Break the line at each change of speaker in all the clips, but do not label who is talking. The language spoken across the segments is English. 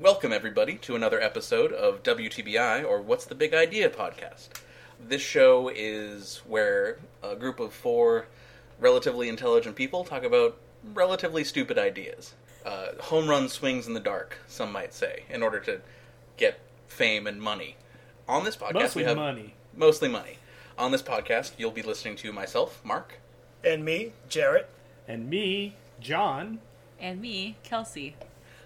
Welcome, everybody, to another episode of WTBI, or What's the Big Idea podcast. This show is where a group of four relatively intelligent people talk about relatively stupid ideas. Uh, home run swings in the dark, some might say, in order to get fame and money. On this podcast,
Mostly
we have
money.
mostly money. On this podcast, you'll be listening to myself, Mark,
And me, Jarrett.
And me, John.
And me, Kelsey.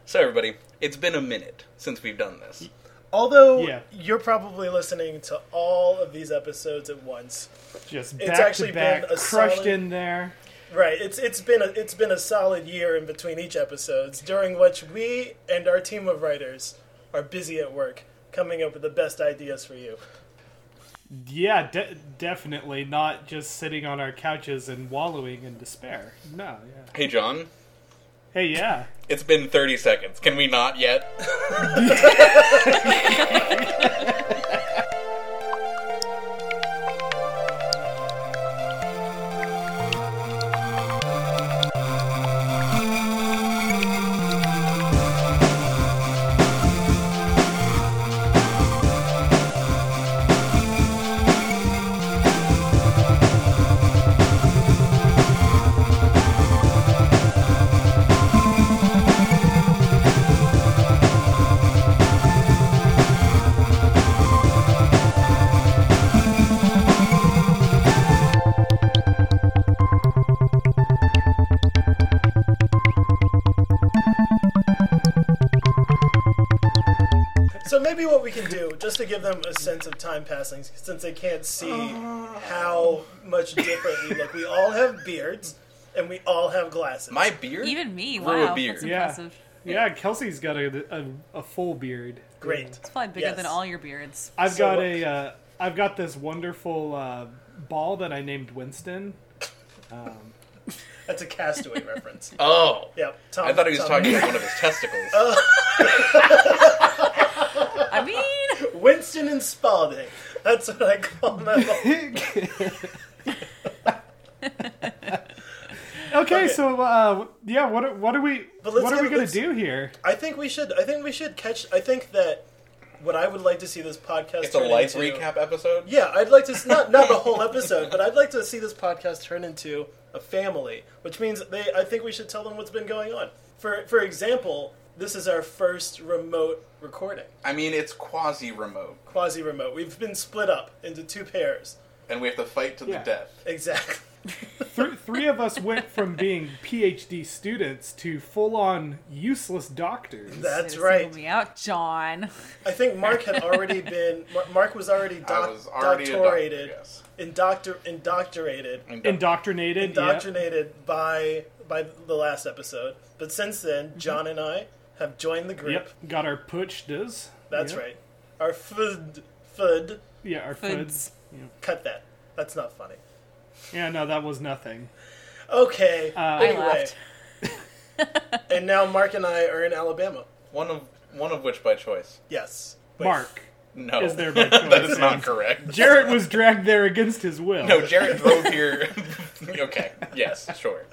So, everybody, it's been a minute since we've done this.
Although
Yeah.
you're probably listening to all of these episodes at once,
Just
It's
back
actually
to back,
been a
crushed
solid-
in there.
right? It's it's been a, it's been a solid year in between each episodes, during which we and our team of writers are busy at work coming up with the best ideas for you.
Yeah, de- definitely not just sitting on our couches and wallowing in despair. No, yeah.
Hey, John,
Hey, yeah.
it's been 30 seconds. Can we not yet?
So maybe what we can do, just to give them a sense of time passing, since they can't see how much different we look. We all have beards, and we all have glasses.
My beard?
Even me,
Grew a
wow.
beard.
That's
Yeah.
impressive.
Yeah, Kelsey's got a, a, a full beard.
great.
It's probably bigger
Yes.
than all your beards.
I've
So-
got a, uh, I've got this wonderful uh, ball that I named Winston.
That's a Castaway reference.
Oh.
Yep. Tom,
I thought he was
Tom-
talking about one of his testicles.
Oh,
I mean,
Winston and Spalding. That's what I call my.
okay, so uh, yeah, what are- what are we
But let's
what are
get-
we gonna
let's-
do here?
I think we should. I think we should catch. I think that what I would like to see this podcast.
it's a
turn
life
into,
recap episode.
Yeah, I'd like to s- not not the whole episode, but I'd like to see this podcast turn into a family, which means they. I think we should tell them what's been going on. For for example, this is our first remote recording,
I mean, it's quasi remote,
quasi remote. We've been split up into two pairs.
and we have to fight to
Yeah.
the death.
Exactly.
Th- three of us went from being PhD students to full on useless doctors.
That's
Way to
right.
single Me out, John.
I think Mark had already been. Mar- Mark was already, doc-
I was already
doctorated,
a doctor, yes.
indoctor- indoctorated,
Indoctrinated. yeah.
indoctrinated by by the last episode. But since then,
Mm-hmm.
John and I have joined the group.
Yep. Got our putchdas.
That's
Yep.
right. Our fud fud
Yeah, our
Foods.
foods.
cut that. That's not funny.
Yeah, no, that was nothing.
Okay.
Uh,
I
anyway,
left.
and now Mark and I are in Alabama.
One of one of which by choice.
Yes. Wait.
Mark.
No,
Is there by
that
choice,
is not
and-
correct.
Jarrett was dragged there against his will.
no, Jared drove here. okay. Yes. Sure.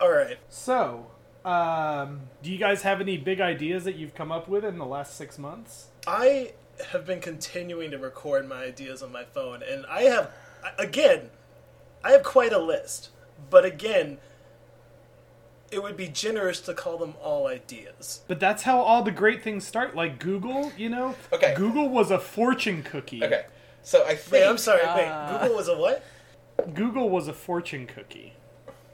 All right.
So, um, do you guys have any big ideas that you've come up with in the last six months?
I have been continuing to record my ideas on my phone, and I have, again, I have quite a list. But again, it would be generous to call them all ideas.
But that's how all the great things start. Like Google, you know?
Okay.
Google was a fortune cookie.
Okay. So I think
Wait, I'm sorry.
Ah.
Wait, Google was a what?
Google was a fortune cookie.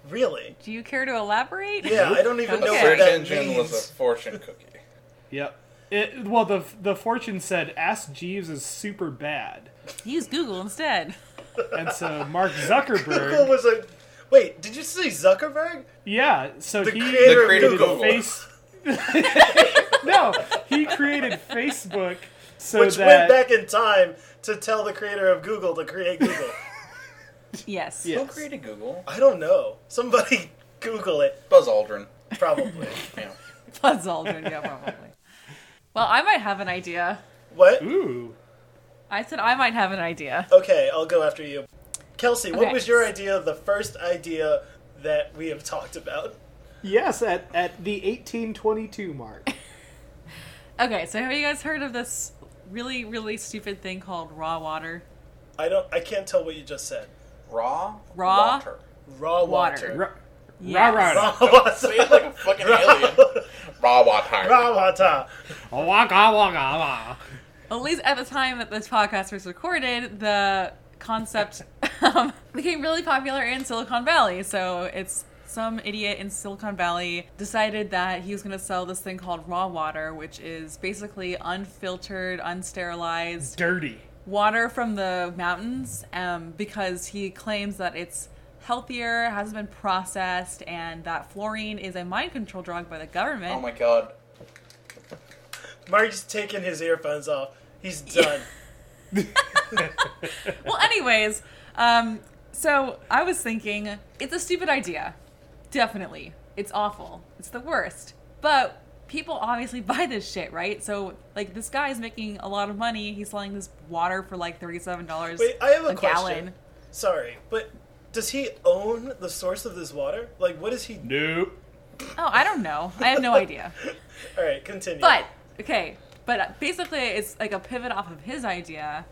Really?
Do you care to elaborate?
Yeah, I don't even
the
know
Okay.
search
what that
engine
means.
was a fortune cookie.
Yep. It, well, the the fortune said, "Ask Jeeves is super bad,"
Use Google instead.
and so Mark
Google
Zuckerberg,
was a. Wait, did you say Zuckerberg?
yeah, so
The
he
creator
The creator of
created
Google.
Face. no, he created Facebook so
Which
that
went back in time to tell the creator of Google to create Google.
Yes.
Yeah.
Who created Google?
I don't know. Somebody Google it,
Buzz Aldrin.
probably.
Yeah.
Buzz Aldrin, yeah, probably. Well, I might have an idea.
what?
ooh,
I said I might have an idea.
Okay, I'll go after you. Kelsey, what
Okay.
was your idea, the first idea that we have talked about?
Yes, at, at the 1822 mark.
Okay, so have you guys heard of this really, really stupid thing called raw water?
I don't. I can't tell what you just said.
Raw,
Raw?
water.
Raw water.
Ra-
Yes.
Ra-
Raw water.
Say it like a fucking alien. Raw water.
Raw water.
ra- waka, waka, waka.
At least at the time that this podcast was recorded, the concept um, became really popular in Silicon Valley. So it's some idiot in Silicon Valley decided that he was going to sell this thing called raw water, which is basically unfiltered, unsterilized
Dirty.
water from the mountains um, because he claims that it's healthier, hasn't been processed, and that fluorine is a mind control drug by the government.
Oh my god.
Mark's taking his earphones off. He's done.
well, anyways, um, so I was thinking it's a stupid idea. Definitely. It's awful. It's the worst. But people obviously buy this shit, right? So, like, this guy is making a lot of money. He's selling this water for like $37
Wait, I have a,
a
question.
gallon.
Sorry, but does he own the source of this water? Like, what is he?
Nope.
Oh, I don't know. I have no idea.
All right, continue.
But okay, but basically it's like a pivot off of his idea,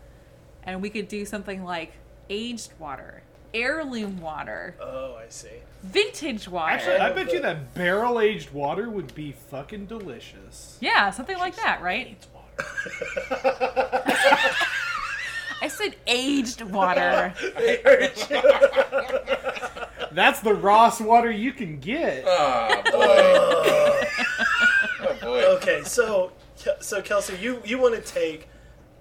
and we could do something like aged water, heirloom water,
oh, I see.
vintage water.
Actually, I bet you that barrel aged water would be fucking delicious.
yeah, something like that, right? I said aged water.
They heard you.
That's the Ross water you can get.
Ah, boy. oh boy.
okay, so Ke- so Kelsey, you you want to take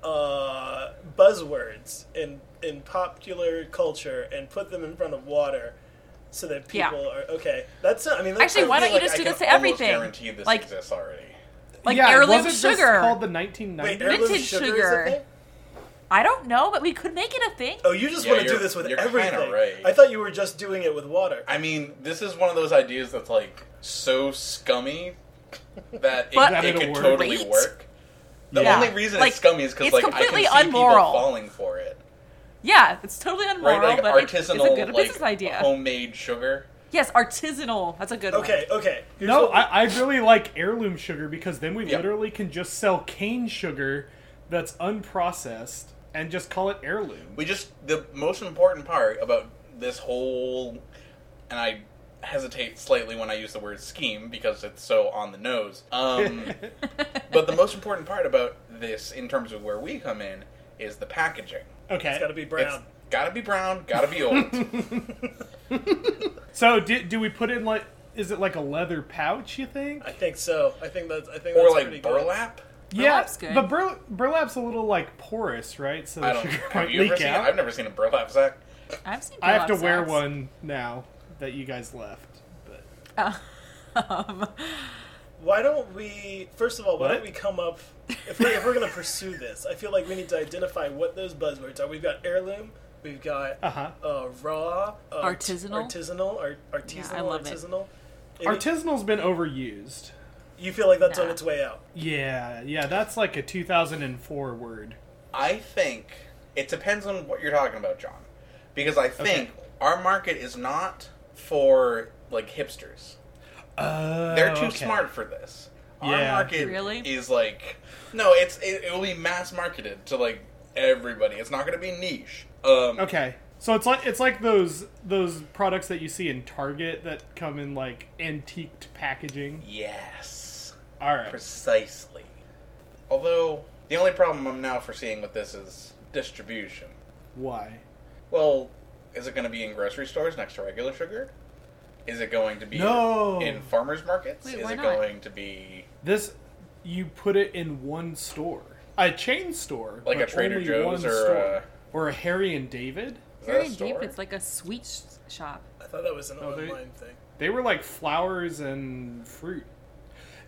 uh, buzzwords in in popular culture and put them in front of water, so that
Yeah.
people are okay. That's I mean, that
Actually,
sounds
why don't
like
you just
I
do
can
this to
Almost
everything?
guarantee this
Like
exists already.
like
yeah,
heirloom
wasn't
sugar.
This called the
Wait,
1990s.
heirloom
Vintage
sugar.
sugar.
Is a thing?
I don't know, but we could make it a thing.
Oh, you just
Yeah,
want to do
you're-
this with
you're kinda
everything.
right.
I thought you were just doing it with water.
I mean, this is one of those ideas that's like so scummy that it,
But-
it
That'll
could
work.
totally
Great.
work. The
Yeah.
only reason
Like,
it's scummy is because
it's
like I can
completely
see
unmoral.
people falling for it,
Yeah, it's totally unmoral,
right? Like
but it- it's a
artisanal,
good
like
business idea.
homemade sugar.
Yes, artisanal. That's a good one.
okay, okay. Here's
No,
what we-
I, I really like heirloom sugar because then we
Yep.
literally can just sell cane sugar that's unprocessed and just call it heirloom.
We just the most important part about this whole, and I hesitate slightly when I use the word scheme because it's so on the nose. Um, but the most important part about this, in terms of where we come in, is the packaging.
Okay.
it's got to be
It's
brown.
gotta be brown, gotta be old.
So do, do we put in like is it like a leather pouch? You think?
I think so. I think that's. I think
or
that's pretty
like
good.
burlap.
Burlap's good.
but burl- burlap's a little like porous, right? So
I
the
don't.
sugar
Have
might
you ever
leak
seen?
out.
I've never seen a burlap sack.
I've seen.
I have to
Pilots
wear
ads.
one now that you guys left. But
Um,
Why don't we? First of all, why
What?
don't we come up? If we're, if we're going to pursue this, I feel like we need to identify what those buzzwords are. We've got heirloom. We've got
uh huh.
uh, raw, uh,
Artisanal?
artisanal, ar- artisanal,
I love it.
artisanal. Any-
Artisanal's been overused.
you feel like that's on
Nah.
its way out.
Yeah, yeah, that's like a 2004 word.
I think it depends on what you're talking about, John, because I think our market is not for like hipsters.
Oh,
They're too
okay.
smart for this. Our
Yeah.
market
Really?
is like no. It's it, it will be mass marketed to like everybody. It's not going to be niche. Um,
Okay, so it's like it's like those those products that you see in Target that come in like antiqued packaging.
Yes,
All right.
precisely. Although the only problem I'm now foreseeing with this is distribution.
Why?
Well, is it going to be in grocery stores next to regular sugar? Is it going to be
No.
in farmers markets?
Wait,
is
why
it
not?
going to be
This you put it in one store, a chain store,
Like a
but
Trader
only
Joe's
one
or,
store.
uh,
or a Harry and David.
is that a
very deep.
store?
It's like a sweet sh- shop.
I thought that was an
Oh, they-
online thing.
They were like flowers and fruit.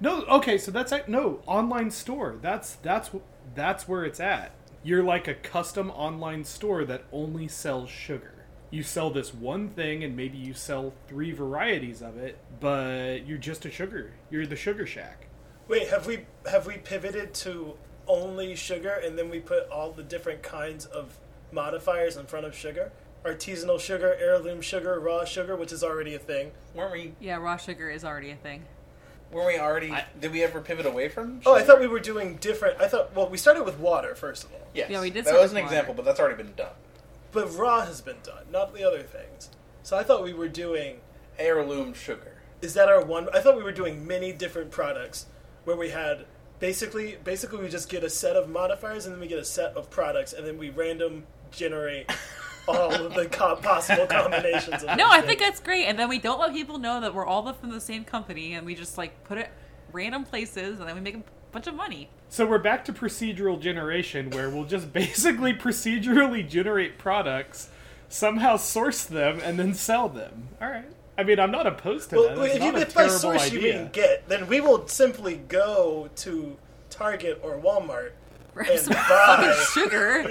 No, okay, so that's at, no online store. That's that's wh- that's where it's at. You're like a custom online store that only sells sugar. You sell this one thing and maybe you sell three varieties of it, but you're just a sugar. You're the sugar shack.
Wait, have we have we pivoted to only sugar and then we put all the different kinds of modifiers in front of sugar? artisanal sugar, heirloom sugar, raw sugar, which is already a thing.
Weren't we?
Yeah, raw sugar is already a thing.
Were we already? did we ever pivot away from?
Oh, I
sugar?
thought we were doing different. I thought, well, we started with water, first of all.
Yes.
Yeah, we did
That
start
was an
with water.
example, but that's already been done.
But raw has been done, not the other things. So I thought we were doing.
Heirloom sugar.
Is that our one? I thought we were doing many different products where we had basically basically we just get a set of modifiers and then we get a set of products and then we random generate all of the co- possible combinations. Of
No,
those
I think
things.
that's great. And then we don't let people know that we're all the- from the same company, and we just like put it random places, and then we make a bunch of money.
So we're back to procedural generation, where we'll just basically procedurally generate products, somehow source them, and then sell them. All right. I mean, I'm not opposed to that.
Well,
That's
if, you,
not a
if by
terrible
source
idea.
you mean get, then we will simply go to Target or Walmart.
Grab
And
some
buy.
fucking sugar,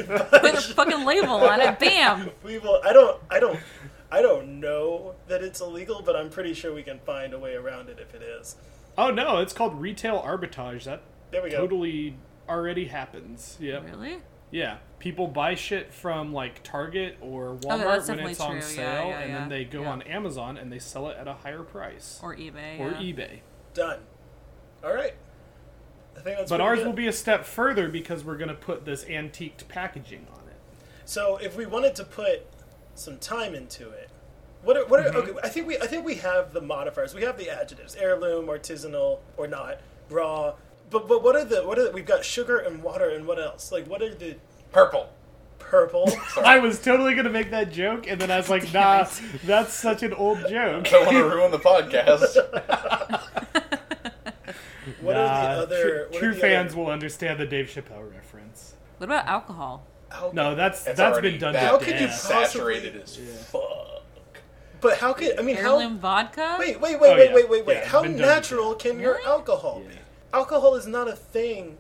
put a fucking label on it, bam.
We will. I don't. I don't. I don't know that it's illegal, but I'm pretty sure we can find a way around it if it is.
Oh no, it's called retail arbitrage. That
There we go.
totally already happens. Yep.
Really?
Yeah, people buy shit from like Target or Walmart
Oh, that's
when
definitely
it's on
true. Yeah,
sale,
yeah,
and
yeah.
then they go
Yeah.
on Amazon and they sell it at a higher price
Or eBay?
or
yeah.
eBay.
Done. All right. I think that's.
But
pretty
ours
good.
will be a step further because we're gonna put this antiqued packaging on it.
So if we wanted to put some time into it, what are, what are
Mm-hmm.
okay? I think we I think we have the modifiers. We have the adjectives: heirloom, artisanal, or not, raw. But but what are the what are the, we've got sugar and water and what else? Like what are the
Purple.
purple?
I was totally gonna make that joke, and then I was like,
Damn
"Nah,
it.
that's such an old joke."
Don't want to ruin the podcast.
What are the
Nah,
other
tr-
what are
Uh, true
the
fans
other-
will understand the Dave Chappelle reference.
What about alcohol?
How-
No, that's
That's
that's
already
been done.
bad.
to
How
could you
death.
Saturated as fuck.
But how could I mean how?
Heirloom vodka?
Wait wait wait
Oh,
wait
yeah.
wait wait wait.
Yeah,
how
been done before.
natural can your
Really?
alcohol
Yeah.
be? Alcohol is not a thing.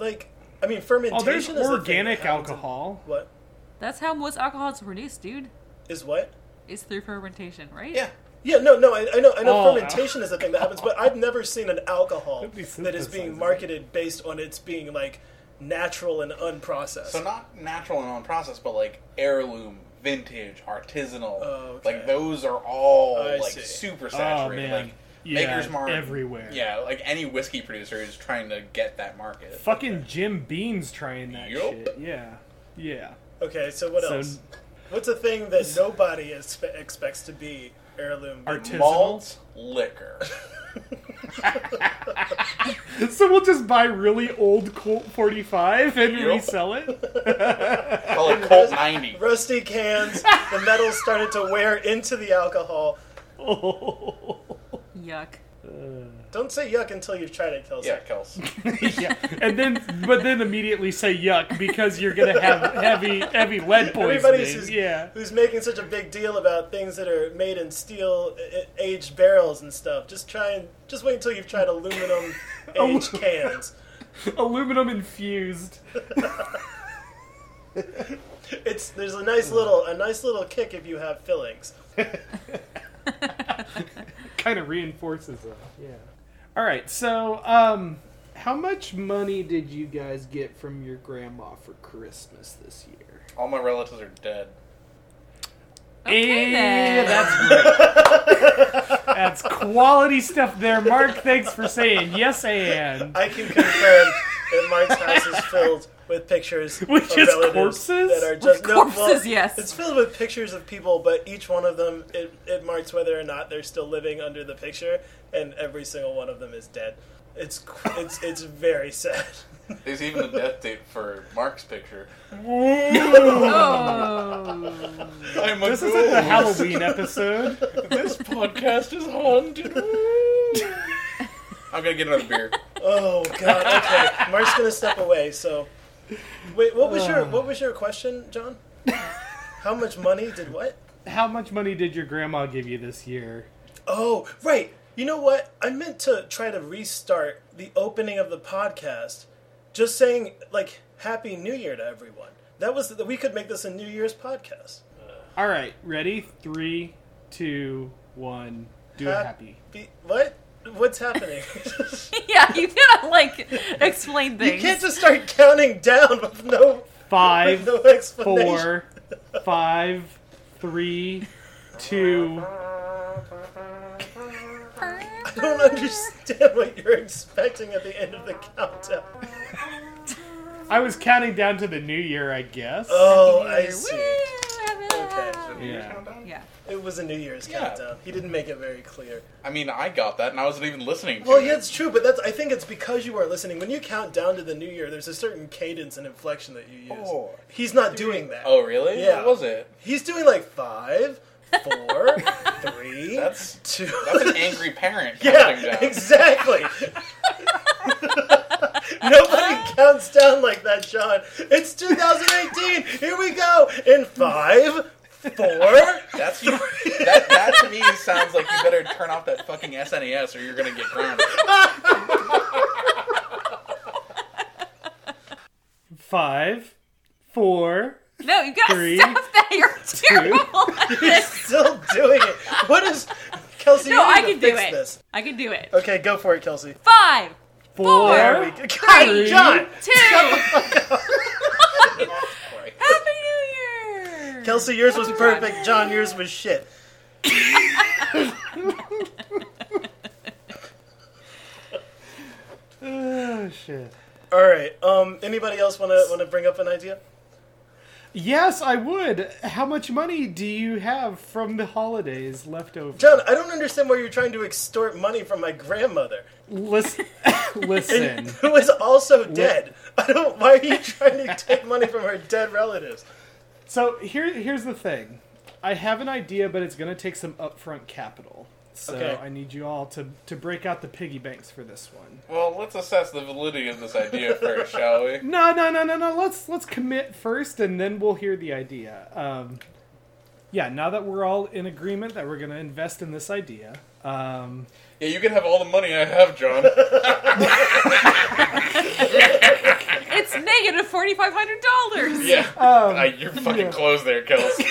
Like I mean fermentation.
Oh, there's
is a thing that
organic
happens in-
alcohol.
What
That's how most alcohol is produced, dude.
is what?
It's through fermentation, right?
Yeah.
Yeah, no, no, I, I know, I know.
Oh.
fermentation is a thing that happens, but I've never seen an alcohol
That'd be
that is
synthesizing.
being marketed based on its being like natural and unprocessed.
So not natural and on process, but like heirloom, vintage, artisanal.
Oh, okay.
Like those are all
I
like
see.
super
Oh
saturated.
man,
Like
yeah,
Maker's Mark
everywhere.
Yeah, like any whiskey producer is trying to get that market.
Fucking Jim Beam's trying that
Yup.
shit. Yeah. Yeah.
okay, so what
So-
else? What's a thing that nobody expe- expects to be heirloom?
Art- Artisanal?
Malt liquor.
So we'll just buy really old Colt 45 and
Yup.
resell it?
Call it Colt 90.
Rusty cans. the metal started to wear into the alcohol.
Oh.
Yuck.
Don't say yuck until you've tried it, Kelsey.
Yeah, Kels.
yeah. And then but then immediately say yuck because you're going to have heavy heavy lead poisoning.
Everybody's who's,
yeah.
who's making such a big deal about things that are made in steel uh, aged barrels and stuff. Just try and just wait until you've tried aluminum aged cans.
Aluminum infused.
It's there's a nice little a nice little kick if you have fillings.
kind of reinforces that. Yeah. All right. So, um how much money did you guys get from your grandma for Christmas this year?
All my relatives are dead.
Okay,
Eh,
then.
that's great. that's quality stuff there, Mark. Thanks for saying yes, and
I can confirm that Mark's house is filled with pictures
With
of
just
relatives
corpses?
that are just no, well,
corpses, yes.
It's filled with pictures of people, but each one of them it, it marks whether or not they're still living under the picture, and every single one of them is dead. It's qu- it's it's very sad.
There's even a death date for Mark's picture.
Oh.
I'm a
This isn't the
ghoul.
Halloween episode.
This podcast is haunted. I'm gonna get another beer.
Oh God. Okay, Mark's gonna step away. So, wait, what was
Uh.
your what was your question, John? How much money did what?
How much money did your grandma give you this year?
Oh, right. You know what? I meant to try to restart the opening of the podcast, just saying like Happy New Year to everyone. That was that we could make this a New Year's podcast.
All right, ready? Three, two, one. Do a
Hap-
happy.
Be, what? What's happening?
yeah, you cannot like explain
you
things.
can't just start counting down with no
Five,
with no explanation.
four, five, three, two.
I don't understand what you're expecting at the end of the countdown.
I was counting down to the new year, I guess.
Oh,
Happy New
I
Year.
see.
Woo!
Okay.
Yeah.
Yeah.
It was a New Year's
Yeah.
countdown. He didn't make it very clear.
I mean, I got that, and I wasn't even listening. To
Well,
it.
yeah, it's true, but that's I think it's because you are listening. When you count down to the New Year, there's a certain cadence and inflection that you use.
Four,
He's not doing that.
Oh, really?
Yeah.
What was it?
He's doing like five, four, three,
That's-
two.
That's an angry parent. counting
yeah,
down.
exactly. Nobody counts down like that, John. It's 2018. Here we go. In five, four.
That's you. That, that to me sounds like you better turn off that fucking SNES, or you're gonna get grounded.
Five, four.
No, you gotta
Three,
stop that. You're terrible at this.
Still doing it. What is Kelsey?
No,
you need
I
to
can do
fix
it.
This.
I can do it.
Okay, go for it, Kelsey.
Five,
Four.
There we
There
go. God,
Three.
John,
two. Happy
Right.
New Year.
Kelsey, yours was
John.
perfect. John, yours was shit.
Oh shit.
All right. Um, anybody else want to want to bring up an idea?
Yes, I would. How much money do you have from the holidays left over?
John, I don't understand why you're trying to extort money from my grandmother,
Listen, listen.
who is also dead. I don't. Why are you trying to take money from her dead relatives?
So here, here's the thing. I have an idea, but it's going to take some upfront capital. So
Okay.
I need you all to to break out the piggy banks for this one.
Well, let's assess the validity of this idea first, shall we?
No, no, no, no, no. Let's let's commit first, and then we'll hear the idea. Um, yeah, now that we're all in agreement that we're going to invest in this idea, um,
Yeah, you can have all the money I have, John.
It's negative forty five hundred dollars.
Yeah,
Um,
Ah, you're fucking
yeah.
close there, Kels.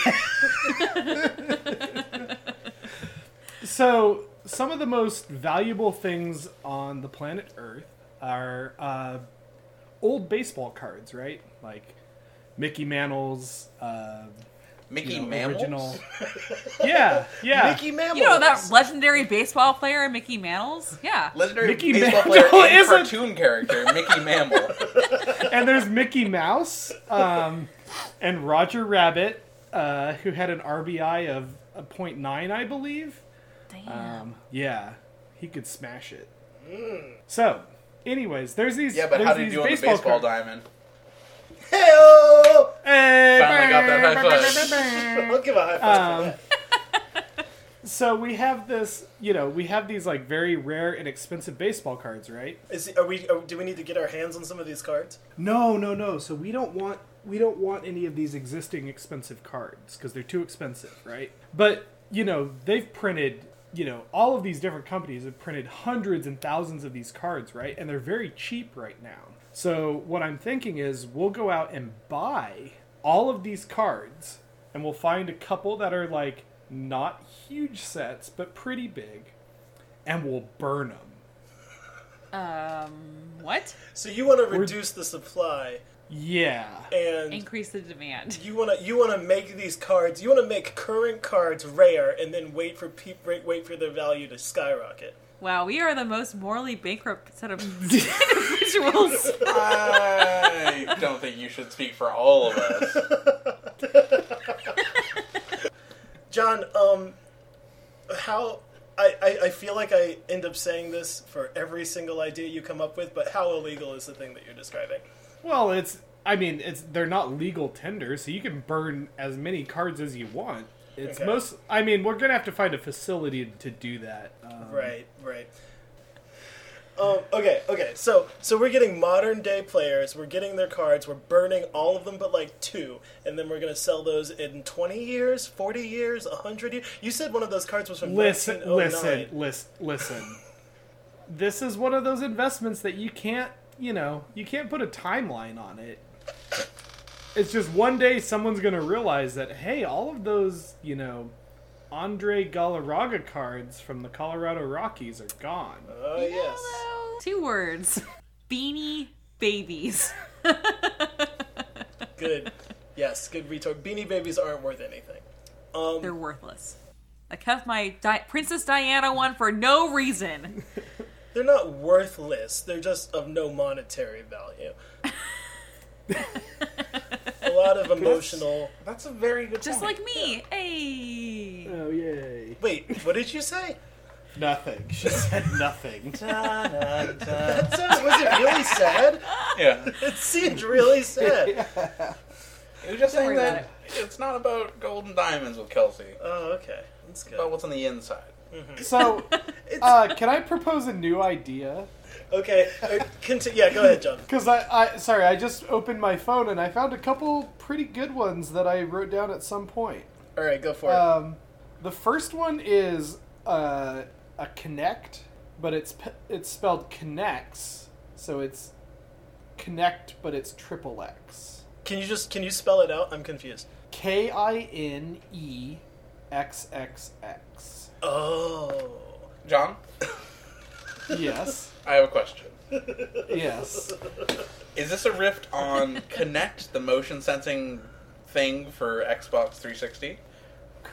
So, some of the most valuable things on the planet Earth are uh, old baseball cards, right? Like Mickey Mantle's uh,
Mickey
you know,
Mammals?
original. yeah, yeah.
Mickey Mammals.
You know that legendary baseball player Mickey Mantles? Yeah.
Legendary
Mickey
baseball
Mantle
player and
isn't-
cartoon character, Mickey Mammal.
And there's Mickey Mouse um, and Roger Rabbit, uh, who had an RBI of a .9, I believe.
Damn.
Um, yeah, he could smash it. So, anyways, there's these.
mm. Yeah, but
there's
how did you
these
do on the
baseball
baseball
cards.
diamond?
Heyo!
Hey,
Finally got that high five.
I'll give a high five. for
um,
that.
so we have this, you know, we have these like very rare and expensive baseball cards, right?
Is, are we? Are, do we need to get our hands on some of these cards?
No, no, no. So we don't want we don't want any of these existing expensive cards because they're too expensive, right? But you know, they've printed, you know, all of these different companies have printed hundreds and thousands of these cards, right? And they're very cheap right now. So what I'm thinking is we'll go out and buy all of these cards and we'll find a couple that are like not huge sets but pretty big and we'll burn them.
Um, what?
So you want to reduce the supply
Yeah.
and
Increase the demand.
You want to you want to make these cards. You want to make current cards rare, and then wait for peop, wait, wait for their value to skyrocket.
Wow, we are the most morally bankrupt set of individuals.
I don't think you should speak for all of us.
John, um, how I, I I feel like I end up saying this for every single idea you come up with, but how illegal is the thing that you're describing?
Well, it's I mean, it's they're not legal tender, so you can burn as many cards as you want. It's
Okay.
most I mean, we're going to have to find a facility to do that. Um,
Right, right. Um, okay, okay. So, so we're getting modern day players. We're getting their cards. We're burning all of them, but like two, and then we're gonna sell those in twenty years, forty years, hundred years. You said one of those cards was from
Listen,
1909.
listen, listen, listen. this is one of those investments that you can't, you know, you can't put a timeline on it. It's just one day someone's going to realize that hey, all of those, you know, Andre Galarraga cards from the Colorado Rockies are gone.
Oh yes.
Two words. Beanie babies.
Good. Yes, good retort. Beanie babies aren't worth anything. Um,
They're worthless. I kept my Di- Princess Diana one for no reason.
they're not worthless. They're just of no monetary value. a lot of emotional.
That's a very good
Just
point.
like me. Hey.
Oh yay!
Wait, what did you say?
nothing. She said nothing. Da, da, da.
That sounds, was it really sad?
Yeah.
It seemed really sad.
It was just
Don't
saying
worry
that it's not about gold and diamonds with Kelsey. It's
Oh, okay. That's good.
about what's on the inside.
So,
Uh, can I propose a new idea?
Okay. Uh, conti- yeah, go ahead, John.
Because I, I, sorry, I just opened my phone and I found a couple pretty good ones that I wrote down at some point.
All right, go for it.
Uh,
Um, the first one is uh, a connect, but it's p- it's spelled connects, so it's connect, but it's triple X.
Can you just can you spell it out? I'm confused.
K I N E X X X.
Oh.
John,
Yes.
I have a question.
yes.
Is this a rift on Connect, the motion sensing thing for Xbox 360?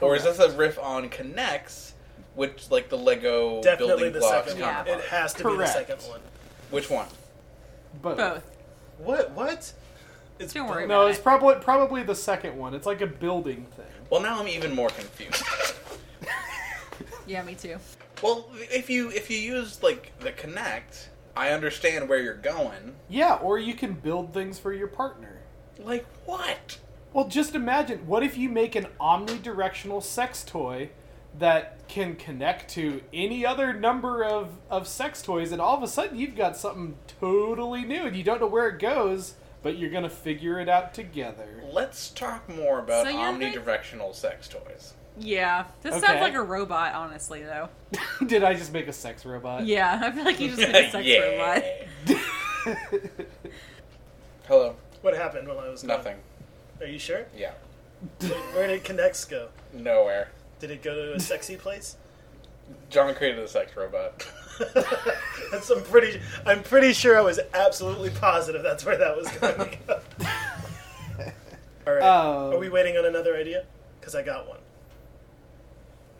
Or is this a riff on Connects, which like the Lego
Definitely
building
the
blocks?
second
Yeah.
counterpart?
one. It has to be the
Correct.
second one.
Which one?
Both.
Both.
What? What? It's
Don't worry
No, it's probably probably the second one. It's like a building thing.
Well, now I'm even more confused.
Yeah, me too.
well, if you if you use like the Connect, I understand where you're going.
Yeah, or you can build things for your partner.
Like what?
Well, just imagine what if you make an omnidirectional sex toy that can connect to any other number of, of sex toys, and all of a sudden you've got something totally new and you don't know where it goes, but you're going to figure it out together.
Let's talk more about
So you're making-
omnidirectional sex toys.
Yeah. This
Okay.
sounds like a robot, honestly, though.
Did I just make a sex robot?
Yeah, I feel like you just made a sex robot.
Hello.
What happened while I was gone?
Nothing.
Are you sure?
Yeah.
Where did Connects go?
Nowhere.
Did it go to a sexy place?
John created a sex robot.
That's I'm pretty. I'm pretty sure I was absolutely positive that's where that was going. to go. All right.
Um,
Are we waiting on another idea? Because I got one.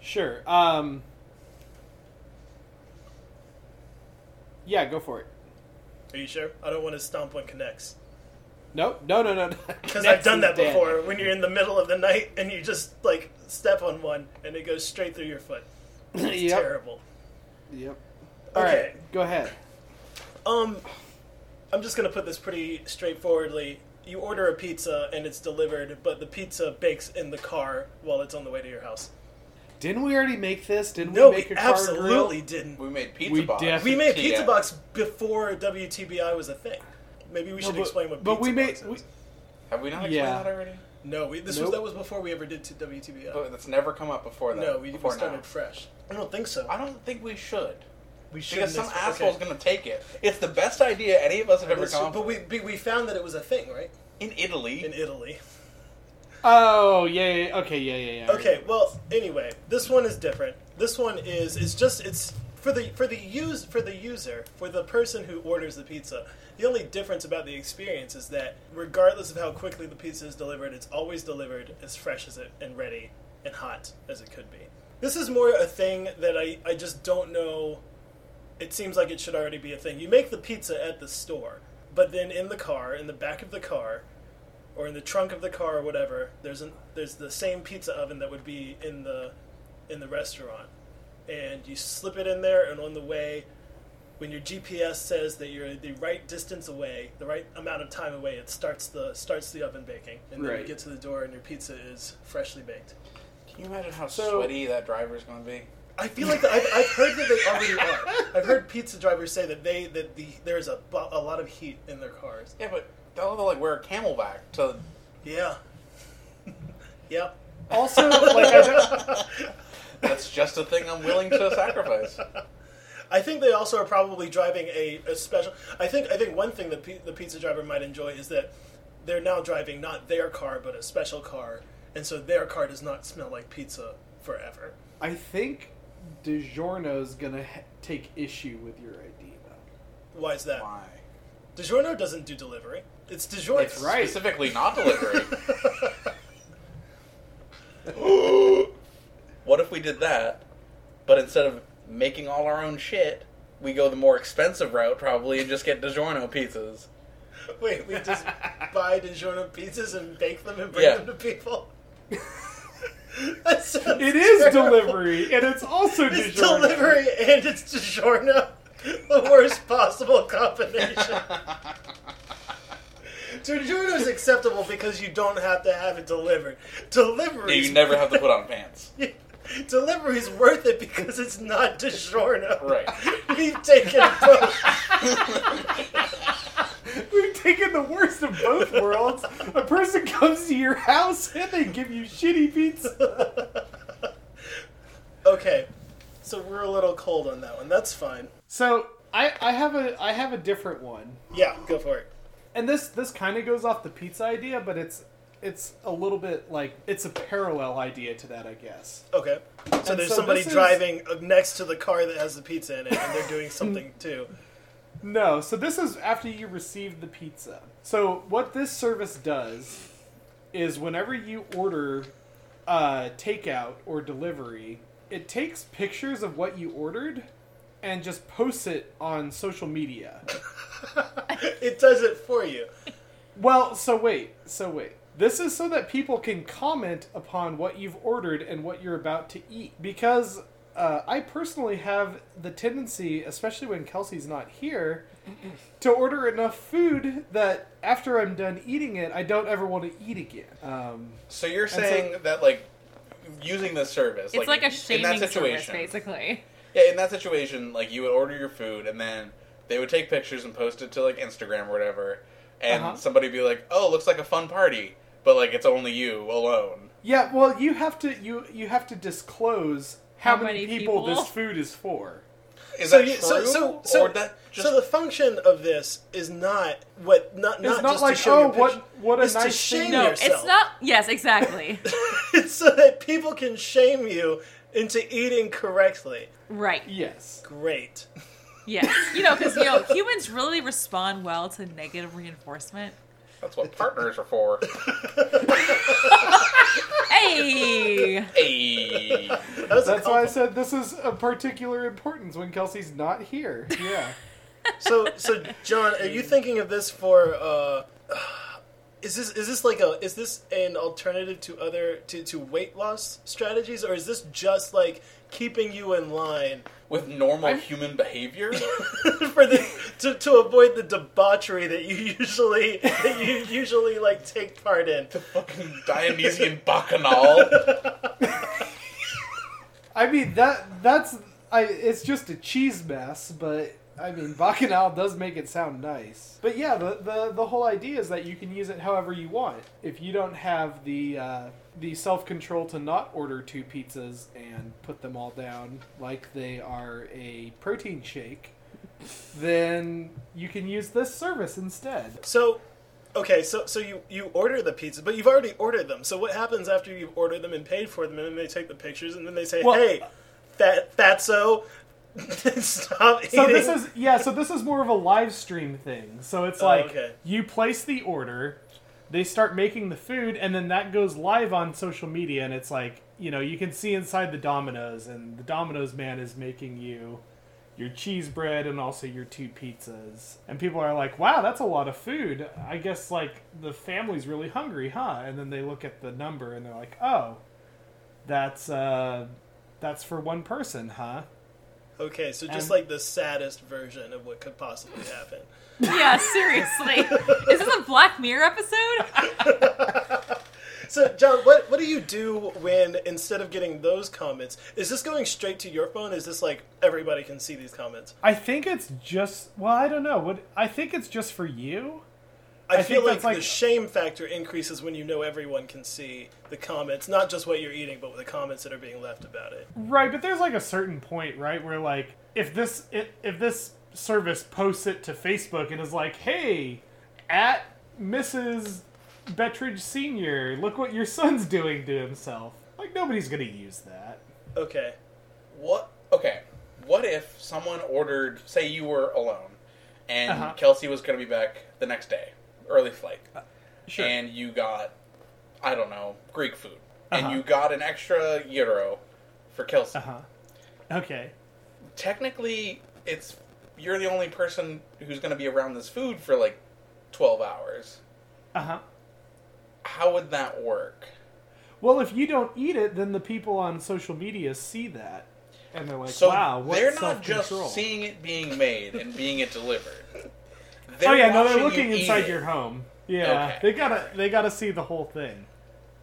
Sure. Um, yeah, go for it.
Are you sure? I don't want to stomp on Connects.
Nope. No, no, no. no.
Because I've
Next
done
is
that
Dan.
before. When you're in the middle of the night and you just like step on one and it goes straight through your foot. It's
yep.
terrible.
Yep. All right,
Okay.
go ahead.
Um, I'm just gonna put this pretty straightforwardly. You order a pizza and it's delivered, but the pizza bakes in the car while it's on the way to your house.
Didn't we already make this? Didn't
No,
we
we
make a car grill?
absolutely didn't.
we made pizza
We
box.
def-
We made
Yeah.
Pizza Box before WTBI was a thing. Maybe we
No,
should
but-
explain what
but
Pizza
we made-
Box
we-
is.
Have we not explained
Yeah.
that already?
No, we, this was
Nope.
that was before we ever did to WTBI.
But Oh, that's never come up before that.
no, we, we
before
started
now.
fresh. I don't think so.
I don't think we should.
we should
Because some asshole's gonna take it. It's the best idea any of us have ever come up
But we but we found that it was a thing, right?
in Italy.
In Italy.
Oh yeah, yeah, yeah. Okay. Yeah. Yeah. Yeah.
Okay, well, anyway, this one is different. This one is it's just it's for the for the use for the user, for the person who orders the pizza. The only difference about the experience is that regardless of how quickly the pizza is delivered, it's always delivered as fresh as it and ready and hot as it could be. This is more a thing that I, I just don't know it seems like it should already be a thing. You make the pizza at the store, but then in the car, in the back of the car, or in the trunk of the car or whatever, there's an there's the same pizza oven that would be in the in the restaurant. And you slip it in there and on the way when your GPS says that you're the right distance away, the right amount of time away, it starts the starts the oven baking. And then you
Right.
get to the door and your pizza is freshly baked.
Can you imagine how
So-
sweaty that driver's gonna be?
I feel like the, I've, I've heard that they already are. I've heard pizza drivers say that they that the there's a bu- a lot of heat in their cars.
Yeah, but they'll have to like wear a camelback to
Yeah. yep.
Also, like, I don't,
that's just a thing I'm willing to sacrifice.
I think they also are probably driving a, a special. I think I think one thing that pi- the pizza driver might enjoy is that they're now driving not their car but a special car, and so their car does not smell like pizza forever.
I think DiGiorno's gonna ha- take issue with your idea.
Why is that?
Why?
DiGiorno doesn't do delivery. It's DiGiorno.
That's right.
Specifically not delivery. if we did that? But instead of making all our own shit, we go the more expensive route probably and just get DiGiorno pizzas.
Wait, we just buy DiGiorno pizzas and bake them and bring
Yeah.
them to people. That sounds
It is
terrible.
delivery, and it's also
It's
DiGiorno.
delivery and it's DiGiorno. The worst possible combination. DiGiorno's acceptable because you don't have to have it delivered.
Yeah,
Delivery.
you never have to put on pants.
Delivery's worth it because it's not DiGiorno.
Right.
We've taken both.
We've taken the worst of both worlds. A person comes to your house and they give you shitty pizza.
Okay, so we're a little cold on that one. That's fine.
So I, I have a I have a different one.
Yeah, go for it.
and this this kind of goes off the pizza idea, but it's it's a little bit like it's a parallel idea to that, I guess.
Okay. So
And
there's
so
somebody
this is-
driving uh, next to the car that has the pizza in it, and they're doing something too.
No, so this is after you received the pizza. So what this service does is whenever you order uh, takeout or delivery, it takes pictures of what you ordered and just posts it on social media.
It does it for you.
Well, so wait, so wait. This is so that people can comment upon what you've ordered and what you're about to eat. Because uh, I personally have the tendency, especially when Kelsey's not here, to order enough food that after I'm done eating it, I don't ever want to eat again. Um,
So you're
so-
saying that like using this service,
It's like, a
in that
shaming service,
situation,
basically.
yeah, in that situation, like you would order your food and then they would take pictures and post it to like Instagram or whatever, and
Uh-huh.
somebody would be like, "Oh, looks like a fun party," but like it's only you alone.
yeah, well, you have to you you have to disclose how,
How
many,
many
people,
people?
this food is for.
Is
So,
that
you,
true?
so, so, so,
or that just
so the function of this is not what not
It's
not,
not,
just
like
to show
oh
your
what
picture.
what a
It's to
nice thing.
shame
No,
yourself.
it's not. Yes, exactly.
It's so that people can shame you into eating correctly.
right.
Yes.
Great.
Yes. You know, because you know, humans really respond well to negative reinforcement.
that's what partners are for.
Hey.
hey,
That
That's
was a
why I
compliment.
said this is of particular importance when Kelsey's not here. Yeah.
So, so John, are you thinking of this for? Uh, is this is this like a is this an alternative to other to, to weight loss strategies, or is this just like keeping you in line
with normal human behavior.
for the to, to avoid the debauchery that you usually that you usually like take part in?
fucking Dionysian bacchanal.
I mean that that's I it's just a cheese mess, but I mean Bacchanal does make it sound nice. But yeah, the, the the whole idea is that you can use it however you want. If you don't have the uh the self control to not order two pizzas and put them all down like they are a protein shake, then you can use this service instead.
So, okay, so so you you order the pizza, but you've already ordered them. So what happens after you've ordered them and paid for them, and then they take the pictures, and then they say,
Well-
"Hey, fat fatso, stop eating."
So this is yeah. So this is more of a live stream thing. So it's
Oh,
like
okay.
you place the order, they start making the food, and then that goes live on social media, and it's like you know you can see inside the Domino's, and the Domino's man is making you your cheese bread and also your two pizzas, and people are like, wow, that's a lot of food. I guess like the family's really hungry, huh? And then they look at the number and they're like, oh, that's uh, that's for one person, huh?
okay. So just
and-
like the saddest version of what could possibly happen.
Yeah, seriously. Is this a Black Mirror episode?
So John, what what do you do when instead of getting those comments, is this going straight to your phone? Is this like everybody can see these comments?
I think it's just well, I don't know. What I think it's just for you.
I,
I
feel
think
like,
that's
the
like-
shame factor increases when you know everyone can see the comments, not just what you're eating, but the comments that are being left about it.
Right, but there's like a certain point, right, where like if this i- if this service posts it to Facebook and is like, "Hey, at Mrs. Bettridge Senior, look what your son's doing to himself." Like nobody's going to use that.
Okay.
What? Okay. What if someone ordered? Say you were alone, and
Uh-huh.
Kelsey was going to be back the next day, early flight,
Uh,
Sure.
and you got, I don't know, Greek food, and
Uh-huh.
you got an extra euro for Kelsey.
Uh-huh.
Uh huh. Okay.
Technically, it's you're the only person who's going to be around this food for like 12 hours.
Uh huh.
How would that work?
Well, if you don't eat it, then the people on social media see that, and they're like,
So
"Wow, what
they're not just
self-control."
seeing it being made and being it delivered.
Oh yeah, no,
watching
they're
you
looking
eat
inside
it.
your home. Yeah,
Okay.
they gotta they gotta see the whole thing.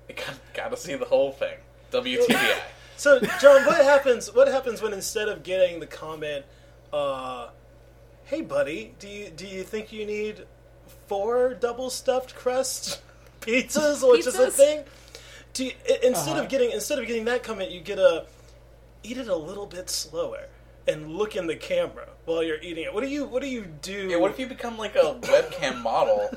You got, gotta see the whole thing. WTBI.
So, John, what happens? What happens when instead of getting the comment, uh, "Hey, buddy, do you do you think you need four double stuffed crust pizzas, which is a
Pizzas?
thing?" Do you, i- instead
Uh-huh.
of getting instead of getting that comment, you get a eat it a little bit slower and look in the camera while you're eating it. What do you What do you do?
yeah, what if you become like a webcam model?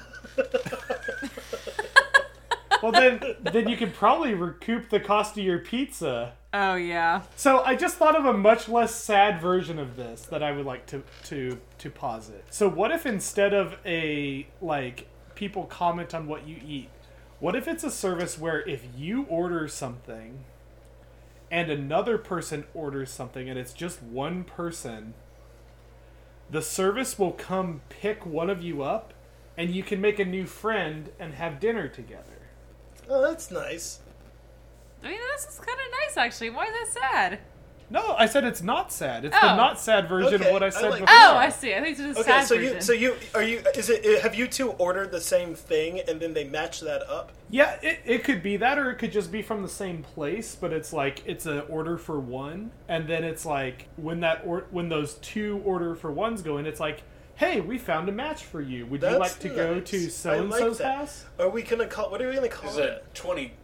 Well, then then you can probably recoup the cost of your pizza.
Oh yeah.
So I just thought of a much less sad version of this that I would like to to to posit. So what if instead of a like people comment on what you eat, what if it's a service where if you order something and another person orders something and it's just one person, the service will come pick one of you up and you can make a new friend and have dinner together.
Oh, that's nice.
I mean, this is kind of nice actually. Why is that sad?
No, I said it's not sad. It's the
Oh.
not sad version
Okay,
of what I
I
said
like-
before.
Oh, I see. I think it's just a
Okay,
sad
so
version.
you so you are you is it have you two ordered the same thing and then they match that up?
Yeah, it, it could be that, or it could just be from the same place. But it's like it's an order for one, and then it's like when that or when those two order for ones go in, it's like, hey, we found a match for you. Would you
That's
like to go
nice.
to
I
so
like
and so's
that.
house?
Are we gonna call? What are we gonna call
There's a
it?
22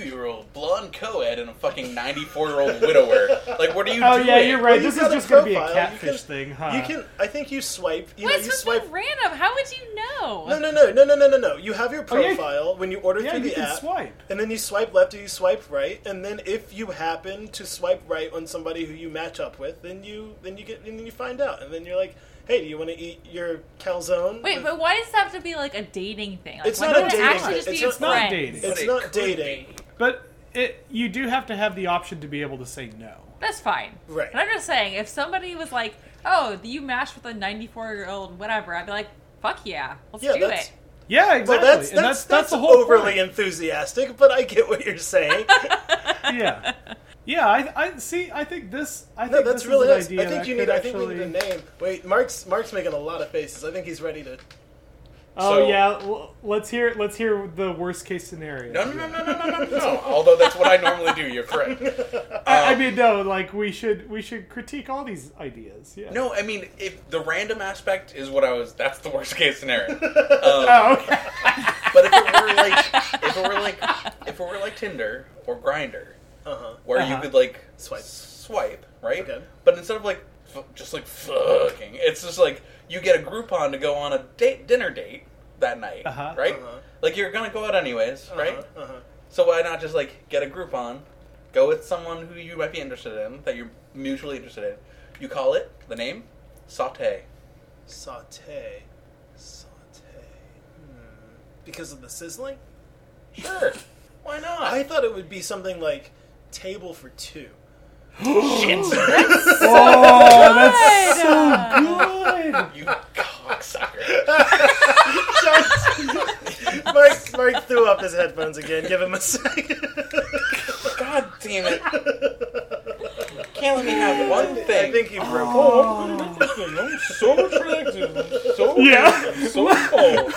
year old blonde co ed and a fucking 94 year old widower. Like, what are you
Oh
doing?
yeah, you're right.
you
this is
got a
just gonna be a
profile, you
catfish
can-
thing, huh?
You can. I think you swipe. You
Wait,
know,
it's
you swipe.
supposed to be random. How would you know?
No, no, no, no, no, no, no, no. You have your
Oh, yeah, you-
profile when you order
yeah,
through
you
the
can
app,
swipe.
and then you swipe left or you swipe right, and then if you happen to swipe right on somebody who you match up with, then you then you get and then you find out, and then you're like, hey, do you want to eat your calzone?
Wait,
with-
but why does it have to be like a dating thing? Like,
It's
why
not
can't
a
it
dating
actually
thing.
just be
It's
your
not
friend?
dating.
But
it's
it
not
could
dating.
be.
But it you do have to have the option to be able to say no.
That's fine.
Right.
But I'm just saying, if somebody was like, "Oh, you matched with a 94 year old, whatever," I'd be like, "Fuck yeah, let's
Yeah,
do
that's-
it."
Yeah, exactly.
Well, that's
and that's
that's, that's,
the whole
overly
point.
enthusiastic, but I get what you're saying.
yeah. Yeah, I, I see. I think this. I
No,
think
that's
this
really
is an idea
nice. I think
that
you
could
need. I think
actually...
we need a name. Wait, Mark's Mark's making a lot of faces. I think he's ready to.
Oh
So-
yeah, l- let's hear. Let's hear the worst case scenario.
No, no, no, no, no, no, no, no. Although that's what I normally do, you're correct.
I, I
Um,
mean, no. Like we should we should critique all these ideas. Yeah.
No, I mean, if the random aspect is what I was, that's the worst case scenario. Um,
Oh, okay.
But if it were like, if it were like, if it were like Tinder or Grinder,
Uh huh.
where you
Uh-huh.
could like
Swipe.
swipe, right?
Okay.
But instead of like, f- just like fucking, it's just like you get a Groupon to go on a date, dinner date that night,
Uh-huh.
right?
Uh-huh.
Like you're gonna go out anyways, right?
Uh huh.
So why not just like get a Groupon, go with someone who you might be interested in that you're mutually interested in. You call it the name, saute.
Saute. Saute. Hmm. Because of the sizzling?
Sure. Why not?
I thought it would be something like table for two.
oh,
Good.
that's so good.
you cocksucker.
Mark, Mark threw up his headphones again. Give him a second.
God damn it. Can't let me have one thing.
I think he broke.
Oh,
Oh.
I'm so attractive. I'm so
Yeah.
so cold.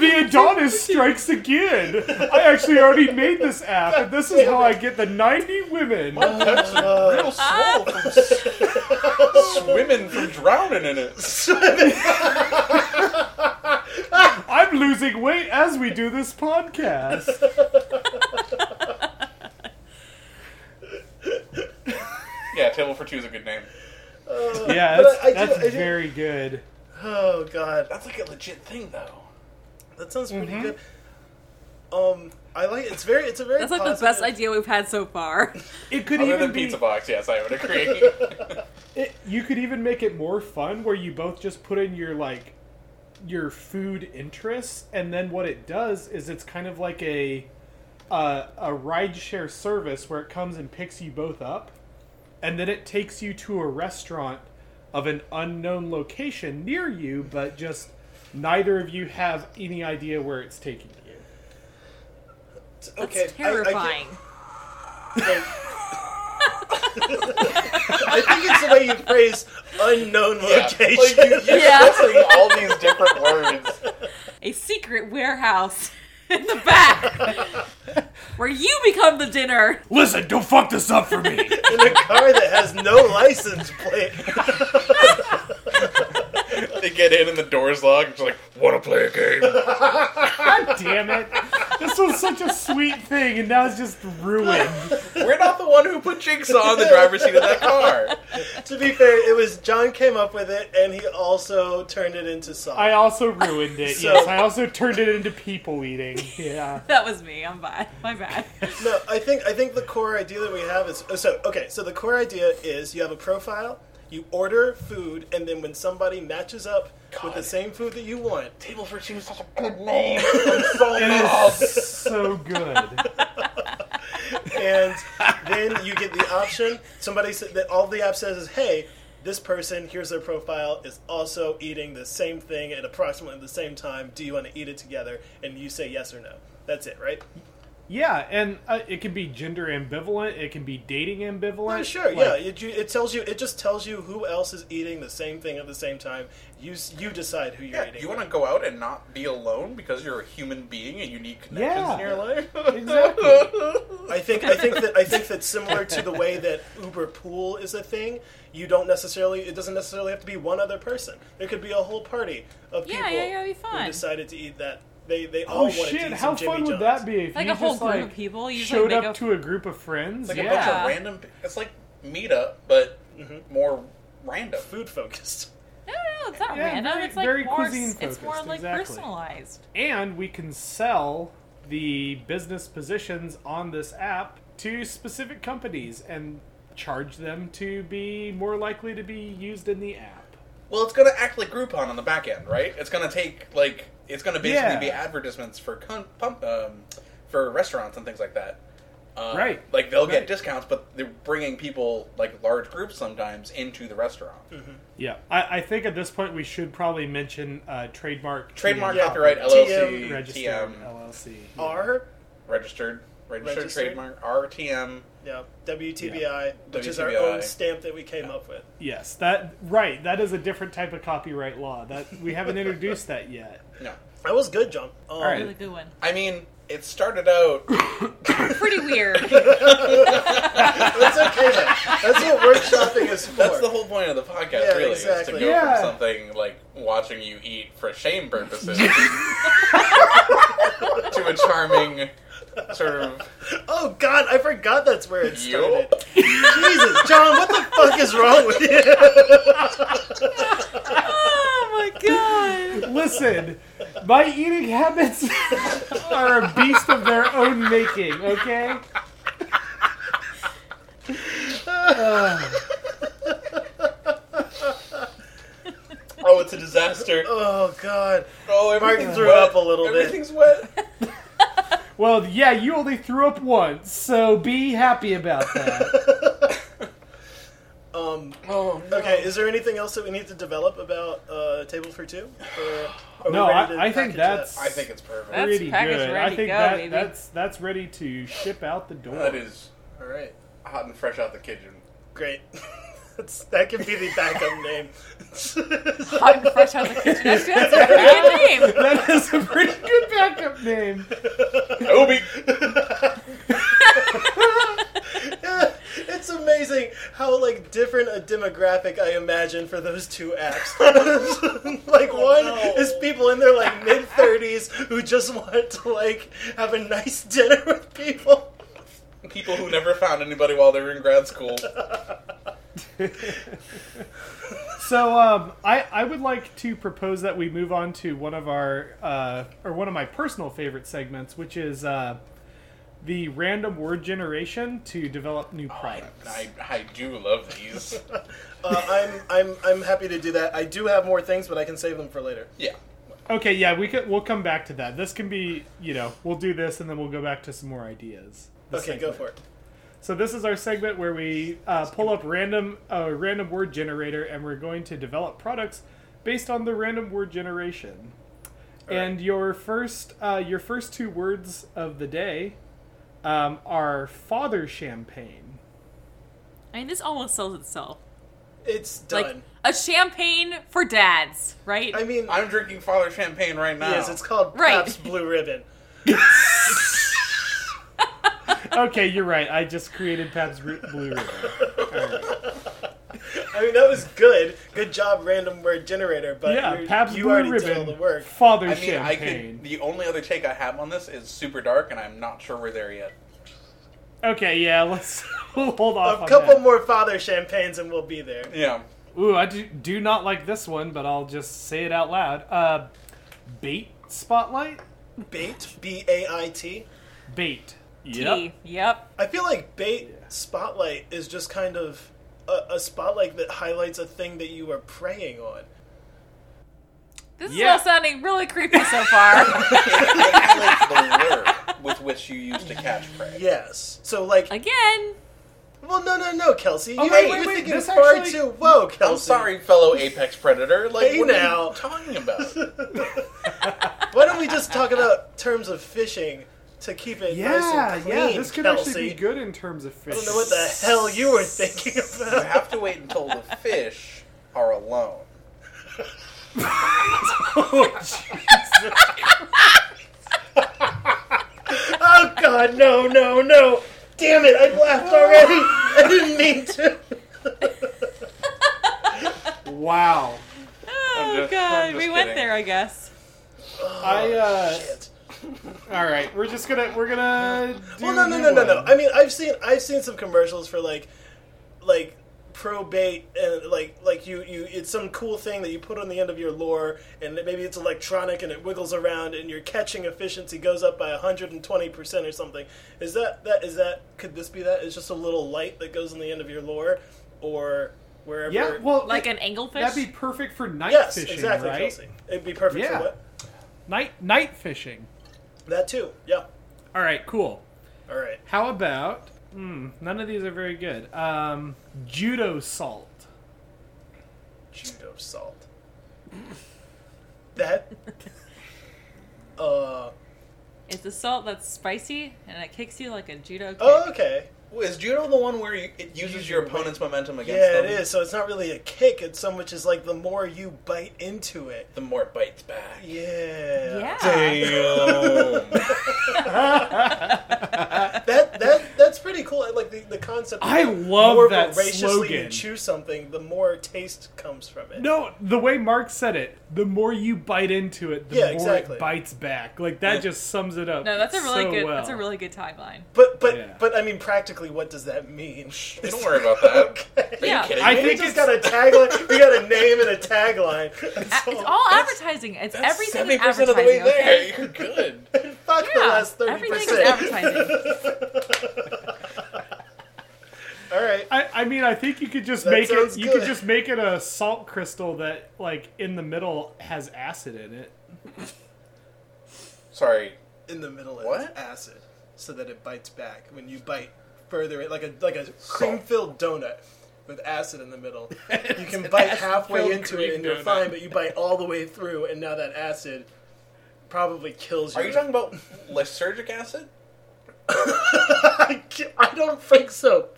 The Adonis strikes again. I actually already made this app, and this is how I get the ninety women.
That's a real soul from s- swimming from drowning in it.
I'm losing weight as we do this podcast.
Yeah, Table for Two is a good name.
Yeah,
But
that's,
I- I do-
that's
I do-
very good.
Oh god.
That's like a legit thing, though.
That sounds pretty good. Um, I like it's very it's a very
That's like the best
positive-
idea we've had so far.
It could
Other
even
than
be
Pizza Box, yes, I would agree.
It, you could even make it more fun where you both just put in your like your food interests and then what it does is it's kind of like a a, a rideshare service where it comes and picks you both up, and then it takes you to a restaurant of an unknown location near you, but just neither of you have any idea where it's taking you.
Okay, I- I
That's
get-
terrifying.
I think it's the way you phrase unknown location.
Like, you, you're
Yeah.
missing all these different words.
a secret warehouse in the back where you become the dinner.
Listen, don't fuck this up for me.
in a car that has no license plate.
They get in and the door's locked. It's like, wanna play a game?
God damn it. This was such a sweet thing, and now it's just ruined.
We're not the one who put Jigsaw on the driver's seat of that car.
to be fair, it was John came up with it, and he also turned it into song.
I also ruined it.
So-
yes, I also turned it into people eating. Yeah.
That was me. I'm bad. My bad.
no, I think I think the core idea that we have is oh, so okay. So the core idea is you have a profile, you order food, and then when somebody matches up with the same food that you want,
Table for Two is such a
Oh,
good name. I'm so
It
Oh.
is so good.
and then you get the option. Somebody said that all the app says is, "Hey, this person here's their profile is also eating the same thing at approximately the same time. Do you want to eat it together?" And you say yes or no. That's it, right?
Yeah, and uh, it can be gender ambivalent. It can be dating ambivalent.
Oh, sure.
Like,
yeah, it, you, it tells you. It just tells you who else is eating the same thing at the same time. You s- you decide who you're
Yeah,
eating.
you want to go out and not be alone because you're a human being and you need connections
Yeah.
in your life.
Oh,
Exactly.
I think I think that I think that similar to the way that Uber Pool is a thing, you don't necessarily it doesn't necessarily have to be one other person. There could be a whole party of
Yeah,
people
yeah, yeah, it'd be
who
fun.
decided to eat that. They they all
oh
wanted to
shit!
eat
How
some Jimmy
fun would
John's.
that be if
Like
you
a whole
just
group
like
of people, you just, like,
showed
make
up
a-
to a group of friends?
Like
yeah.
a bunch
Yeah.
of random. It's like meetup, but more random.
food focused.
No, no, no, it's not
Yeah,
random.
very-
it's like
very
more,
cuisine
it's more
focused,
like
exactly.
personalized.
and we can sell the business positions on this app to specific companies and charge them to be more likely to be used in the app.
Well, it's gonna act like Groupon on the back end, right? It's gonna take like it's gonna basically
Yeah.
be advertisements for con- pump, um, for restaurants and things like that. Uh,
Right.
Like they'll
Right.
get discounts, but they're bringing people like large groups sometimes into the restaurant.
Yeah, I, I think at this point we should probably mention uh, trademark,
Trademark,
Yeah.
copyright,
TM
LLC,
registered
TM,
LLC.
R,
registered, registered,
Registered.
trademark, RTM.
yeah, WTBI, which is our
WTBI.
own stamp that we came up with.
Yes, that right. That is a different type of copyright law that we haven't introduced that yet.
No,
That was good, John. Um,
right.
Really good one.
I mean it started out.
Pretty weird.
That's okay. Though. That's what workshopping is for.
That's the whole point of the podcast,
Yeah,
really, is to
exactly.
go
Yeah.
from something like watching you eat for shame purposes to a charming sort of
Oh God, I forgot that's where it started.
you.
Jesus, John, what the fuck is wrong with you?
oh my god.
Listen, my eating habits are a beast of their own making. Okay.
Oh, it's a disaster.
Oh God.
Oh, everything's
threw
wet.
up a little bit.
Everything's wet.
Well, yeah, you only threw up once, so be happy about that.
Um,
Oh,
okay, is there anything else that we need to develop about uh, Table for Two? Or are we
No,
ready to
I- I think
package
that's-
that?
I think it's perfect.
That's
Pretty
package
good.
ready,
I think
go,
that,
baby.
that's that's ready to ship out the door.
That is
All right,
hot and fresh out the kitchen.
great. That's, that can be the backup name.
Hot and fresh out of the kitchen. That's, that's a pretty good name.
That is a pretty good backup name.
Obi.
it's amazing how like different a demographic I imagine for those two apps. like one is people in their like mid thirties who just want to like have a nice dinner with people.
People who never found anybody while they were in grad school.
So um, I I would like to propose that we move on to one of our uh, or one of my personal favorite segments, which is uh, the random word generation to develop new products.
Oh, I, I do love these.
Uh, I'm I'm I'm happy to do that. I do have more things, but I can save them for later.
Yeah.
Okay, yeah, we could. We'll come back to that. This can be, you know, we'll do this and then we'll go back to some more ideas. The
Okay, go
segment.
for it.
So this is our segment where we uh, pull up random uh, random word generator, and we're going to develop products based on the random word generation. And your first uh, your first two words of the day um, are father champagne.
I mean, this almost sells itself.
It's done.
Like a champagne for dads, right?
I mean,
I'm drinking Father Champagne right now.
yes, it's called
Right.
Pabst Blue Ribbon.
okay, you're right. I just created Pabst Ru- Blue Ribbon.
I mean, that was good. Good job, random word generator. But
Yeah,
you're-
Pabst
you
Blue
already
Ribbon.
did all the work.
Father
I mean, I
champagne.
could. The only other take I have on this is super dark, and I'm not sure we're there yet.
Okay, yeah, let's we'll hold off.
A
on
couple
that.
more father champagnes and we'll be there.
Yeah.
Ooh, I do, do not like this one, but I'll just say it out loud. Uh, bait spotlight.
Bait, B A I T.
Bait.
Tea. Yep.
I feel like bait spotlight is just kind of a, a spotlight that highlights a thing that you are preying on.
This
Yeah.
is all sounding really creepy so far.
It highlights the lure with which you use to catch prey.
Yes. So like,
Again,
well, no, no, no, Kelsey.
Oh,
you,
wait, wait,
you're
wait,
thinking
this
far
actually-
too. Whoa, Kelsey.
I'm sorry, fellow apex predator. Like,
Hey,
what are
now.
you talking about?
Why don't we just talk about terms of fishing to keep it nice
Yeah,
and clean,
yeah. This could
Kelsey.
actually be good in terms of fish.
I don't know what the hell you were thinking
You
about.
have to wait until the fish are alone.
Oh God, no, no, no! Damn it! I laughed already. I didn't mean to.
Wow.
oh
just- I'm
god,
just
we went
kidding.
there, I guess.
I uh.
Oh, Shit.
All right, we're just gonna we're gonna. Do
Well, no, no,
a
no,
new
no, no.
one.
I mean, I've seen I've seen some commercials for like, like probate and like like you you it's some cool thing that you put on the end of your lure and maybe it's electronic and it wiggles around and your catching efficiency goes up by 120% or something is that that is that could this be that it's just a little light that goes on the end of your lure or wherever
Yeah. Well,
Like an
it-
anglefish.
That'd be perfect for night
yes
fishing,
exactly
right?
Kelsey. it'd be perfect
Yeah.
for what
Night night fishing.
that too yeah
All right. Cool.
all right
How about? Hmm, none of these are very good. Um, judo salt.
Judo salt. That. Uh.
It's a salt that's spicy and it kicks you like a judo kick.
Oh, okay.
Is judo the one where you, it uses your opponent's momentum against
Yeah,
them?
it is. So it's not really a kick. It's so much as like the more you bite into it.
The more it bites back.
Yeah.
yeah.
Damn.
That that that's pretty cool. I like the, the concept. of
I
the
love
more
that
voraciously you
slogan.
chew something, the more taste comes from it.
No, the way Mark said it, the more you bite into it, the
Yeah,
more
exactly.
it bites back. Like that
Yeah.
just sums it up.
No, that's a really
so
good
well.
that's a really good timeline.
But but
Yeah.
but I mean, practically, what does that mean?
Don't worry about that. Are you
Yeah.
kidding
I
me?
We
think
just
it's
got a tagline. we got a name and a tagline.
A- It's all advertising. It's everything
70%
is advertising.
of the way
okay?
there. You're good.
Fuck the
Yeah,
last thirty
everything is
percent.
advertising.
All right.
I, I mean, I think you could just
That
make it.
sounds
You could
good.
just make it a salt crystal that, like, in the middle has acid in it.
Sorry.
in the middle
What?
it's acid so that it bites back when you bite further in- like a like a cream filled donut with acid in the middle you can bite halfway
acid-filled
into it and
cream
you're
donut.
fine but you bite all the way through and now that acid probably kills you
Are you talking about lysergic acid?
I, ca- I don't think so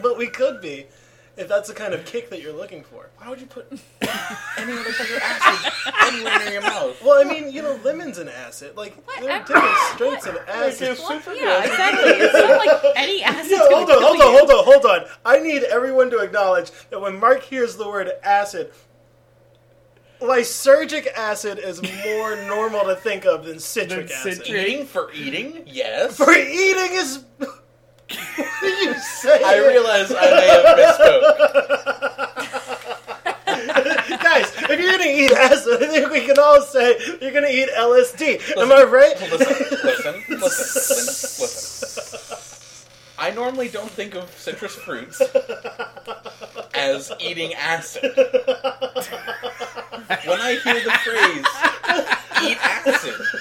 but we could be if that's the kind of kick that you're looking for
Why would you put any other type of acid anywhere near your mouth?
well i mean you know lemon's an acid like there are
What?
different strengths of acid
It's super
Yeah, exactly. It's not like any acid's
Yeah, hold
gonna
on,
kill
hold on,
you.
hold on, hold on. I need everyone to acknowledge that when Mark hears the word acid, lysergic acid is more normal to think of than citric
Than
acid.
citric.
Eating for eating? Yes.
For eating is. what are you saying?
I realize I may have misspoke.
Guys, if you're gonna eat acid, I think we can all say you're gonna eat LSD. Am I right?
Listen, listen, listen, listen, listen. I normally don't think of citrus fruits as eating acid. When I hear the phrase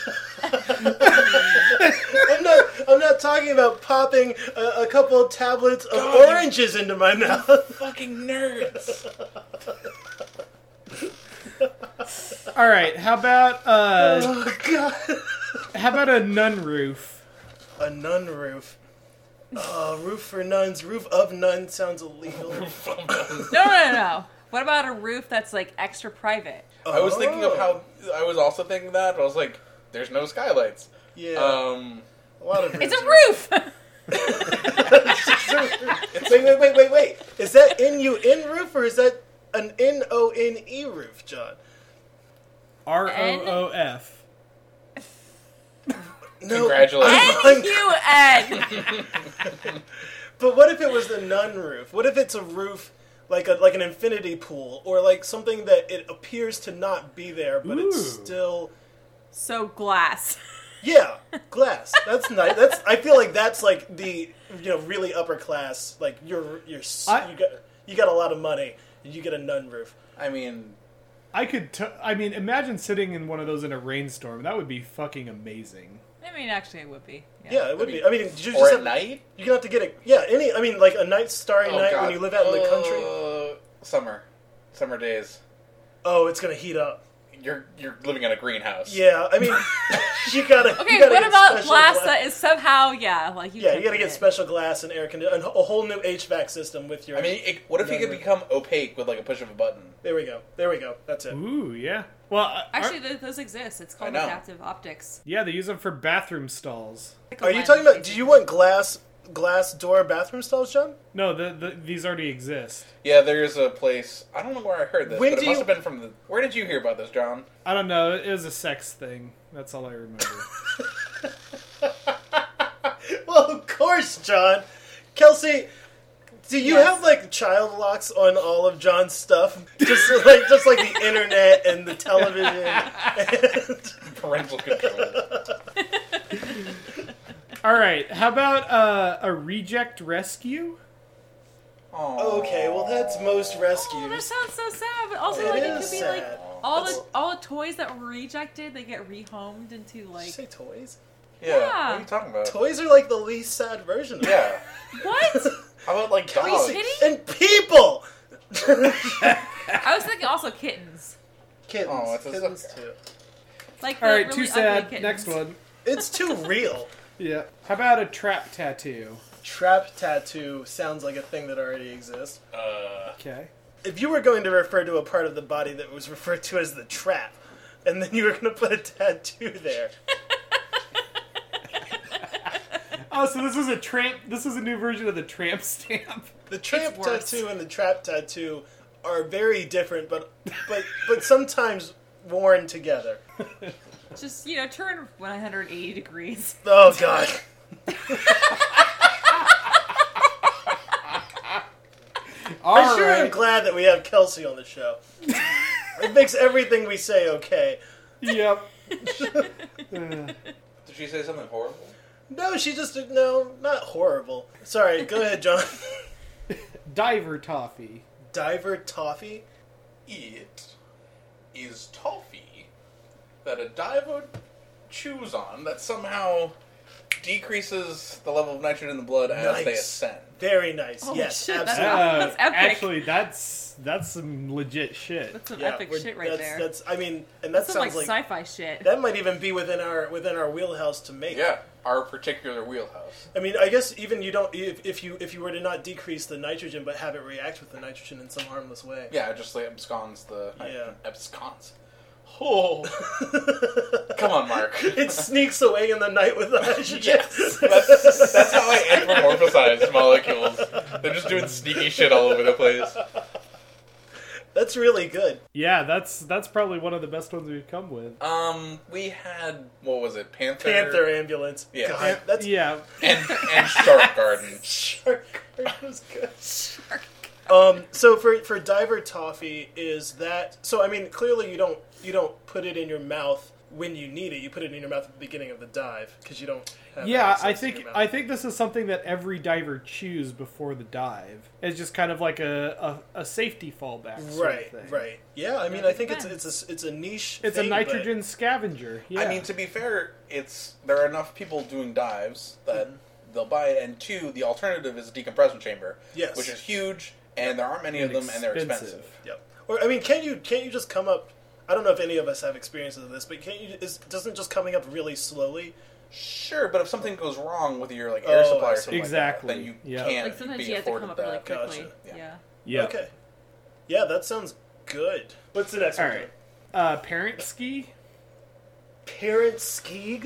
about popping a, a couple tablets of
God.
oranges into my mouth.
Fucking nerds.
All right, how about uh,
oh god.
how about a nun roof?
A nun roof. Oh, roof for nuns. Roof of nuns sounds illegal.
No, no, no, no. What about a roof that's like extra private?
I was thinking of how I was also thinking that, but I was like, there's no skylights.
Yeah.
Um,
a lot of
It's
roofs
a
are-
roof.
wait, wait, wait, wait, wait. Is that N U N roof or is that an N O N E roof, John?
R O O F.
No.
Congratulations.
N U N.
But what if it was the nun roof? What if it's a roof like a like an infinity pool or like something that it appears to not be there, but it's
Ooh.
still
So glass.
yeah, glass. That's nice. That's I feel like that's like the you know really upper class. Like you're you're s
I-
you got you got a lot of money and you get a nun roof.
I mean,
I could. T- I mean, imagine sitting in one of those in a rainstorm. That would be fucking amazing.
I mean, actually, it would be.
Yeah, it would
mean,
be. I mean, did you
or
just
at
have,
night.
you're gonna have to get a yeah any. I mean, like a night starry
Oh,
night
God.
when you live out in the country.
Uh, Summer, summer days.
Oh, it's gonna heat up.
You're you're living in a greenhouse.
Yeah, I mean, you gotta.
Okay,
you gotta
what
get
about
special
glass
gla-
that is somehow, yeah, like you
Yeah,
can't
you gotta
see
get
it.
special glass and air conditioning, a whole new HVAC system with your.
I mean, it, what if you
No,
could
no.
become opaque with like a push of a button?
there we go. There we go. That's it.
Ooh, yeah. Well, I-
Actually,
aren't-
th those exist. It's called
I know.
adaptive optics.
yeah, they use them for bathroom stalls.
Pickle
Are you
lens,
talking about? Do
basically.
you want glass glass door bathroom stalls, John?
No, the, the these already exist.
Yeah, there is a place. I don't know where I heard this,
When
but it
do
must
you-
have been from the. Where did you hear about this, John?
I don't know. It was a sex thing. That's all I remember.
Well, of course, John. Kelsey, do you
Yes.
have like child locks on all of John's stuff? Just like just like the internet and the television. and-
Parental control.
all right, how about uh, a reject rescue?
Aw.
Oh, okay, well that's most
Oh, that
rescues.
sounds so sad. But also,
It
like, it
is
could be
sad.
like all the
That's-
all the toys that were rejected, they get rehomed into
Did you say
like
toys?
Yeah.
Yeah.
What are you talking about?
Toys are like the least sad version of Oh,
yeah.
what?
How about like dogs?
Kitty?
and people.
I was thinking also kittens,
kittens,
Oh, it's a
kittens
sucker.
too.
like
All right,
the
too
really
sad.
ugly kittens.
Next one.
It's too real.
Yeah. How about a trap tattoo?
Trap tattoo sounds like a thing that already exists.
Uh,
Okay.
If you were going to refer to a part of the body that was referred to as the trap, and then you were going to put a tattoo there,
Oh, so this is a tramp. This is a new version of the tramp stamp.
the tramp
It's worse.
tattoo and the trap tattoo are very different, but but but sometimes worn together.
Just you know, turn 180 degrees.
Oh God.
All
I sure am glad that we have Kelsey on the show. it makes everything we say okay.
Yep.
did she say something horrible?
No, she just no, not horrible. Sorry, go ahead, John.
Diver toffee.
Diver toffee.
It is toffee that a diver chews on that somehow decreases the level of nitrogen in the blood as they
Nice.
ascend.
Very nice.
Holy
yes,
Oh, shit, that's
absolutely.
That's epic.
Uh, Actually, that's that's some legit shit.
That's some
Yeah,
epic
we're-
shit right
that's,
there.
That's I mean, and that
That's some like,
sounds like,
sci-fi shit.
that might even be within our within our wheelhouse to make.
Yeah, our particular wheelhouse.
I mean, I guess even you don't if, if you if you were to not decrease the nitrogen but have it react with the nitrogen in some harmless way.
Yeah, it just like absconds the
Yeah.
absconds. Oh, come on, Mark.
It sneaks away in the night with the nitrogen.
That's, that's how I anthropomorphize molecules. They're just doing sneaky shit all over the place.
That's really good.
Yeah, that's that's probably one of the best ones we've come with.
Um, we had what was it, Panther,
Panther ambulance.
Yeah.
God, that's
yeah.
and and Shark Garden.
Shark Card was good. Um, so for for diver toffee is that so I mean clearly you don't you don't put it in your mouth when you need it you put it in your mouth at the beginning of the dive because you don't have
Yeah,
access
I
to
think
your mouth.
I think this is something that every diver chews before the dive. It's just kind of like a, a, a safety fallback. Sort
right
of thing.
right yeah I mean
Yeah,
I think it's
depends.
it's a it's a niche
It's
thing,
a
but-
nitrogen scavenger. Yeah.
Hmm.
I mean, to be fair, it's there are enough people doing dives that they'll buy it, and two, the alternative is a decompression chamber,
Yes.
which is huge, and there aren't many of them, and they're expensive.
Yep. Or I mean, can you can't you just come up? I don't know if any of us have experiences of this, but can't you? Is, doesn't just coming up really slowly?
Sure, but if something goes wrong with your like air
Oh,
supply
I
or
see.
something
Exactly.
like that, then you
Yeah.
can't
Like sometimes
be
you have to
afforded
come up
that.
really quickly.
Gotcha.
Yeah.
Yeah.
Yeah.
Okay. Yeah, that sounds good. What's the next
All
one?
right. Uh, parent ski.
Parent ski.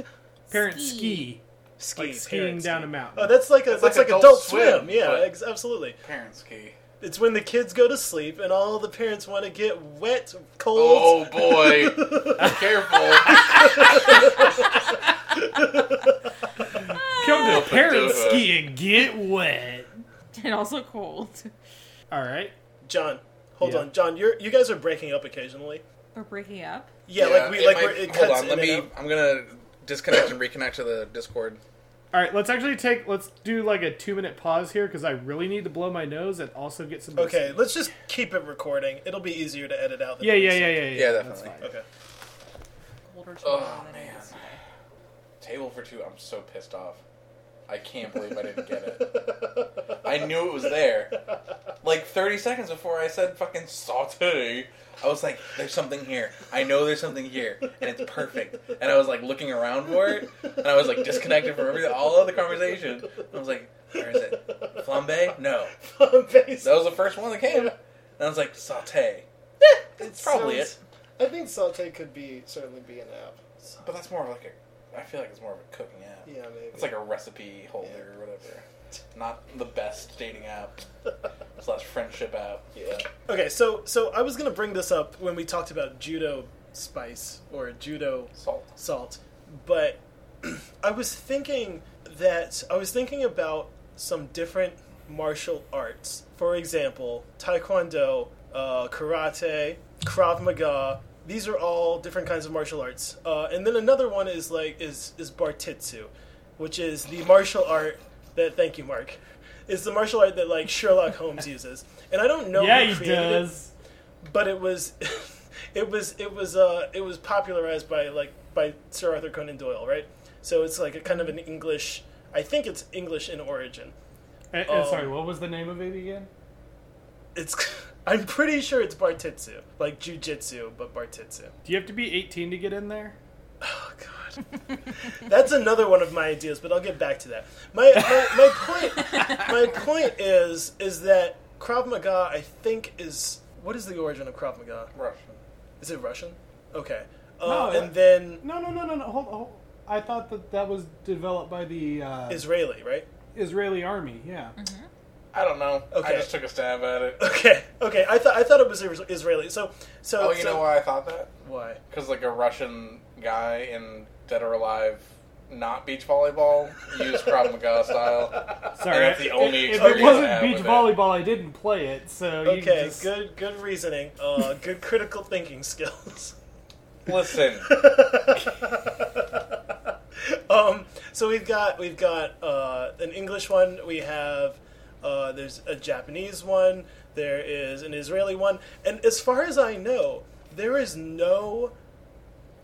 Parent
Ski.
ski.
Ski.
Like skiing
parent
down
ski.
a mountain.
Oh, that's like a that's, like, Adult, Swim. Yeah,
but-
ex- absolutely.
Parents key.
It's when the kids go to sleep and all the parents want to get wet, cold.
Oh boy, careful!
Come to
but
parent
do it.
ski and get wet.
And also cold.
All right.
John, hold
Yeah.
on, Johon, You're you guys are breaking up occasionally.
We're breaking up.
Yeah, like we
it
like
might-
we're, it
hold
cuts
on.
in
Let
and
me.
out.
I'm gonna disconnect and reconnect to the Discord.
All right. Let's actually take. Let's do like a two minute pause here because I really need to blow my nose and also get some.
Okay, let's just keep it recording. It'll be easier to edit out. Than
Yeah.
it
Yeah.
is.
Yeah. Yeah. Yeah.
Yeah,
that's
definitely.
fine.
Okay.
Colder tomorrow
Oh,
than it is
man.
today.
Table for two. I'm so pissed off. I can't believe I didn't get it. I knew it was there. Like 30 seconds before I said fucking saute, I was like, there's something here. I know there's something here. And it's perfect. And I was like looking around for it. And I was like disconnected from everything, all of the conversation. I was like, where is it? Flambe? No. That was the first one that came. And I was like, saute. That's probably it.
I think saute could be certainly be an app.
But that's more like a, I feel like it's more of a cooking app.
Yeah, maybe.
It's like a recipe holder or whatever. Not the best dating app slash friendship app. Yeah.
okay. So so I was gonna bring this up when we talked about judo spice or judo
Salt.
salt, but I was thinking that I was thinking about some different martial arts. For example, taekwondo, uh, karate, krav maga. These are all different kinds of martial arts. Uh, and then another one is like is is bartitsu, which is the martial art that. Thank you, Mark. Is the martial art that like Sherlock Holmes uses, and I don't know.
Yeah.
who
He
created it
does.
but it was it was it was uh it was popularized by like by Sir Arthur Conan Doyle, right? So it's like a kind of an English I think it's English in origin.
Eh, eh,
Oh.
sorry. What was the name of it again?
It's I'm pretty sure it's Bartitsu, like jujitsu, but Bartitsu.
Do you have to be 18 to get in there?
Oh god. That's another one of my ideas, but I'll get back to that. My my, my point my point is is that Krav Maga I think is what is the origin of Krav Maga?
Russian.
Is it Russian? Okay.
No,
Uh,
I-
and then
No, no, no, no, no. Hold, hold. I thought that that was developed by the uh,
Israeli, right?
Israeli army. Yeah.
I don't know.
Okay.
I just took a stab at it.
Okay, okay. I thought I thought it was Is- Israeli. So, so
Oh, you
so-
know why I thought that?
Why?
Because like a Russian guy in Dead or Alive, not beach volleyball, used Krav Maga style.
Sorry.
that's the
I-
only
if,
experience
it
I
wasn't
have
beach
with it.
volleyball, I didn't play it. So you
Okay,
just...
good good reasoning. Uh, good critical thinking skills.
Listen,
um, so we've got we've got uh, an English one. We have uh, there's a Japanese one. There is an Israeli one, and as far as I know, there is no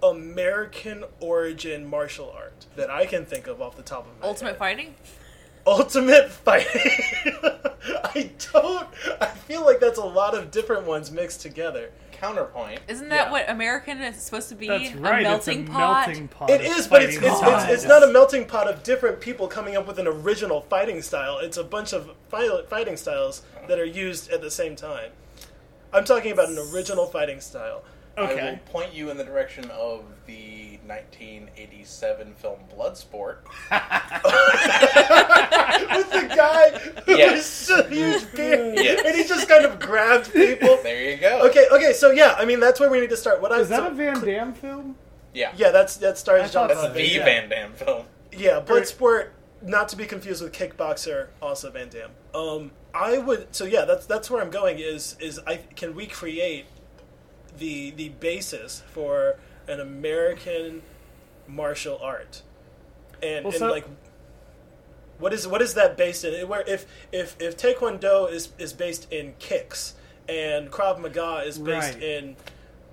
American origin martial art that I can think of off the top of my
Ultimate
head.
fighting?
Ultimate fighting. I don't. I feel like that's a lot of different ones mixed together.
counterpoint.
Isn't that
Yeah.
what American is supposed to be?
That's right.
A melting
it's a
pot.
melting pot.
It
of
is, but it's,
fighting
it's, it's,
styles.
it's not a melting pot of different people coming up with an original fighting style. It's a bunch of fi- fighting styles that are used at the same time. I'm talking about an original fighting style.
I will
Okay.
point you in the direction of the 1987 film Bloodsport.
With the guy who
Yes.
yes. a huge beard,
Yes.
and he just kind of grabbed people.
There you go.
Okay, okay, so yeah, I mean that's where we need to start. What I
Is that
so-
a Van Damme film?
Yeah.
Yeah, that's that
I
stars
thought
John.
so.
That's the
Yeah.
Van Damme film.
Yeah, Bloodsport, not to be confused with Kickboxer, also Van Damme. Um, I would so yeah, that's that's where I'm going. Is is I can we create the the basis for an American martial art, and,
Well,
and
so-
like what is what is that based in? Where if if if Taekwondo is is based in kicks and Krav Maga is based
Right.
in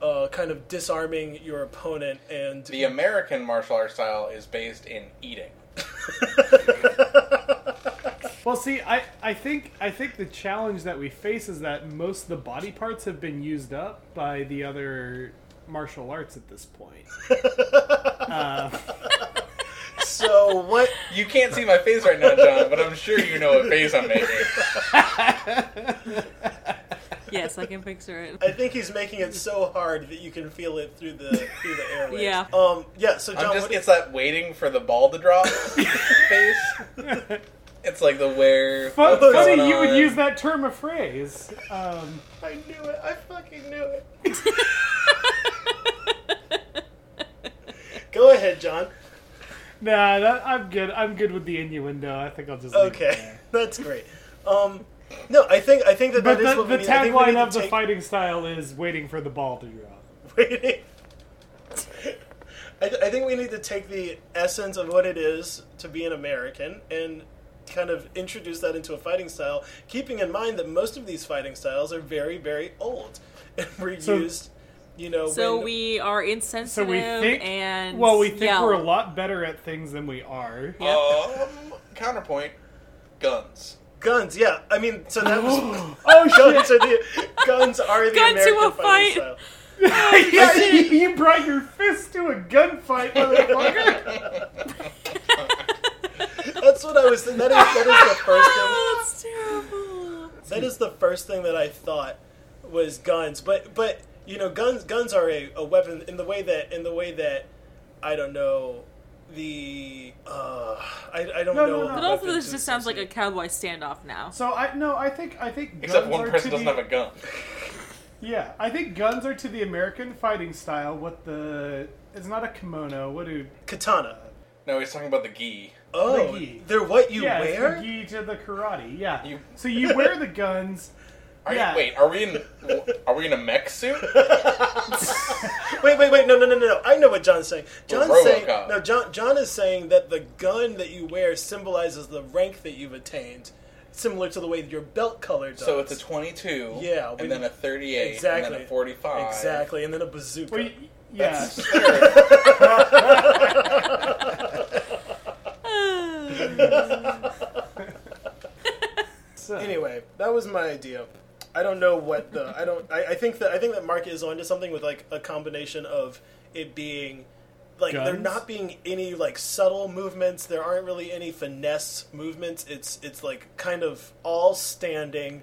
uh, kind of disarming your opponent and
The American martial art style is based in eating.
Well, see, I, I think I think the challenge that we face is that most of the body parts have been used up by the other martial arts at this point. uh,
So what?
You can't see my face right now, John, but I'm sure you know what face I'm making.
Yes, I can picture it.
I think he's making it so hard that you can feel it through the through the airwaves.
Yeah.
Um. Yeah. So
I'm
John,
just
what,
it's that waiting for the ball to drop face. It's like the where
fu-
what's
funny
going
you would
on.
use that term of phrase. Um,
I knew it. I fucking knew it. Go ahead, John.
nah, that, I'm good. I'm good with the innuendo. I think I'll just leave it
Okay,
there.
that's great. Um, no, I think I think that
But
that is
the,
what we
the
need. I think we need
tagline
to
of the
take-
fighting style is "waiting for the ball to drop."
waiting. I, th- I think we need to take the essence of what it is to be an American and kind of introduce that into a fighting style, keeping in mind that most of these fighting styles are very, very old and were
So-
used, you know.
So
when-
we are
So
insensitive
we think,
and
well, we think
yeah.
we're a lot better at things than we are.
Um, counterpoint, guns.
guns. Yeah, I mean, so that was
Oh shit!
guns are the guns are the
Gun to
American
a
fighting
fight.
style.
Yeah, you, you brought your fist to a gunfight, motherfucker.
That's what I was. That is that is the first thing.
Oh, that's terrible.
That is the first thing that I thought was guns, but but you know, guns guns are a, a weapon in the way that in the way that I don't know the uh, I, I don't
No,
know.
no, no.
the
But
But also,
weapons
this just sounds like a
associated.
cowboy standoff now.
so I no, I think I think guns
Except one
are
person
to
doesn't
the,
have a gun.
yeah. I think guns are to the American fighting style what the it's not a kimono. What do
katana.
No, he's talking about the gi.
Oh,
gi.
they're what you
yeah, it's the
wear.
gi to the karate. Yeah.
You-
So you wear the guns.
Are
yeah.
you, wait, are we in? Are we in a mech suit?
Wait, wait, wait! No, no, no, no, no! I know what John's saying.
Or
John's saying
RoboCop.
no. John John is saying that the gun that you wear symbolizes the rank that you've attained, similar to the way your belt color does.
So it's a 22.
Yeah, we-
and then a 38, and then
Exactly.
a 45.
Exactly, and then a bazooka.
Well, y- yeah. So-
Anyway, that was my idea. I don't know what the I don't I, I think that I think that Mark is onto something with like a combination of it being like there
Guns?
not being any like subtle movements. There aren't really any finesse movements. It's it's like kind of all standing.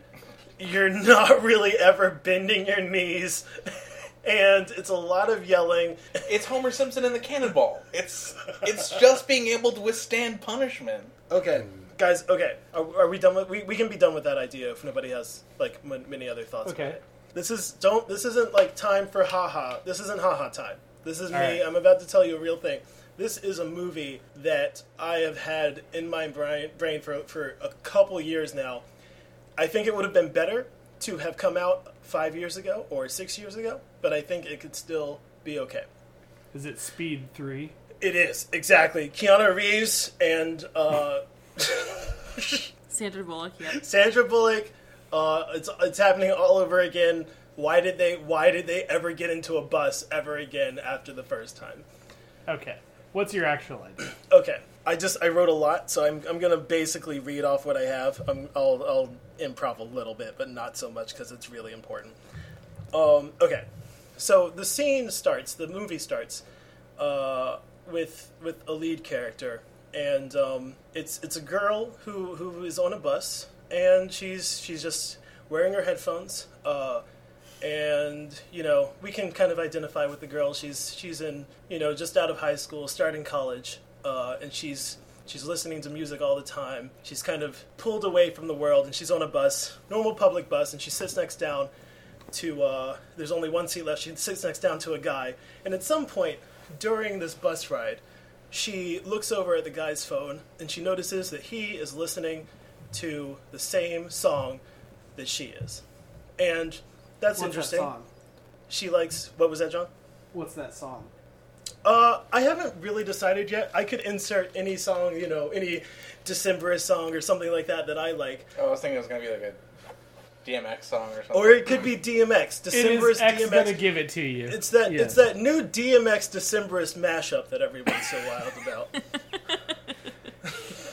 You're not really ever bending your knees, and it's a lot of yelling.
It's Homer Simpson and the Cannonball. It's it's just being able to withstand punishment.
Okay, guys. Okay, are, are we done with? We, we can be done with that idea if nobody has like m- many other thoughts.
Okay.
About it. This is don't. This isn't like time for haha. This isn't haha time. This is me.
right.
I'm about to tell you a real thing. This is a movie that I have had in my brain, brain for for a couple years now. I think it would have been better to have come out five years ago or six years ago, but I think it could still be okay.
Is it speed three?
It is exactly Keanu Reeves and. Uh,
Sandra Bullock, yep.
Sandra Bullock. Uh, it's it's happening all over again. Why did they Why did they ever get into a bus ever again after the first time?
Okay. What's your actual idea?
Okay, I just I wrote a lot, so I'm I'm gonna basically read off what I have. I'm, I'll I'll improv a little bit, but not so much because it's really important. Um, okay, so the scene starts. The movie starts uh, with with a lead character, and um, it's it's a girl who who is on a bus, and she's she's just wearing her headphones. Uh, and you know we can kind of identify with the girl. She's she's in you know just out of high school, starting college, uh, and she's she's listening to music all the time. She's kind of pulled away from the world, and she's on a bus, normal public bus, and she sits next down to uh, there's only one seat left. She sits next down to a guy, and at some point during this bus ride, she looks over at the guy's phone and she notices that he is listening to the same song that she is, and that's interesting. She likes what was that, John?
What's that song?
Uh, I haven't really decided yet. I could insert any song, you know, any Decemberist song or something like that that I like,
Oh, I was thinking it was gonna be like a DMX song or something.
or it could be DMX.
It
Decemberist
is X gonna
DMX.
give it to you.
It's that
Yeah.
it's that new DMX Decemberist mashup that everyone's so wild about.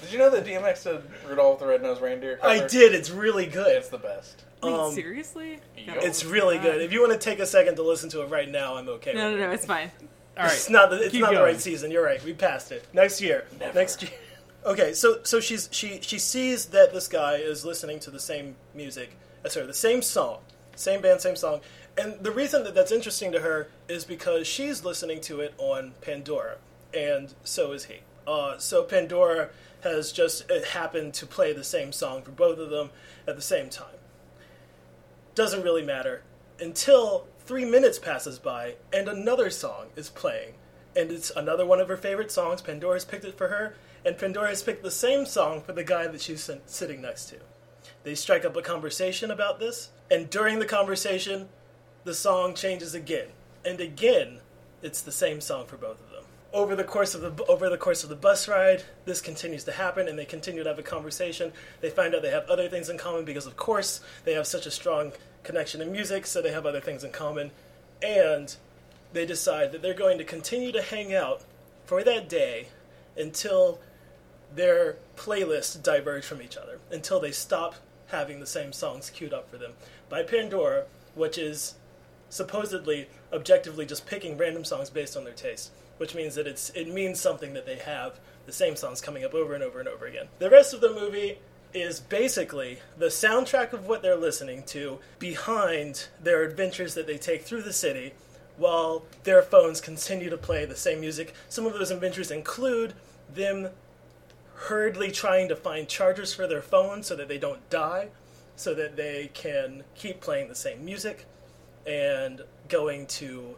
Did you know that DMX did Rudolph the Red-Nosed Reindeer?
I
cover?
did. It's really good.
It's the best.
Wait,
Um,
seriously?
Yo.
Gotta
It's
listen to
really
that.
good. If you want to take a second to listen to it right now, I'm okay.
Oh No,
with
no,
it.
no, it's fine.
All right.
It's not the, it's
keep
not the
going.
right season. You're right. We passed it. Next year.
Never.
Next year. Okay, so so she's she she sees that this guy is listening to the same music as her, the same song, same band, same song, and the reason that that's interesting to her is because she's listening to it on Pandora, and so is he. Uh, so Pandora has just it happened to play the same song for both of them at the same time doesn't really matter until three minutes passes by and another song is playing. And it's another one of her favorite songs. Pandora's picked it for her, and Pandora's picked the same song for the guy that she's sit- sitting next to. They strike up a conversation about this, and during the conversation, the song changes again. And again, it's the same song for both of them. Over the course of the over the course of the bus ride, this continues to happen, and they continue to have a conversation. They find out they have other things in common because, of course, they have such a strong connection in music, so they have other things in common, and they decide that they're going to continue to hang out for that day until their playlists diverge from each other until they stop having the same songs queued up for them by Pandora, which is supposedly objectively just picking random songs based on their taste, which means that it's it means something that they have the same songs coming up over and over and over again. The rest of the movie is basically the soundtrack of what they're listening to behind their adventures that they take through the city while their phones continue to play the same music. Some of those adventures include them hurriedly trying to find chargers for their phones so that they don't die, so that they can keep playing the same music and going to,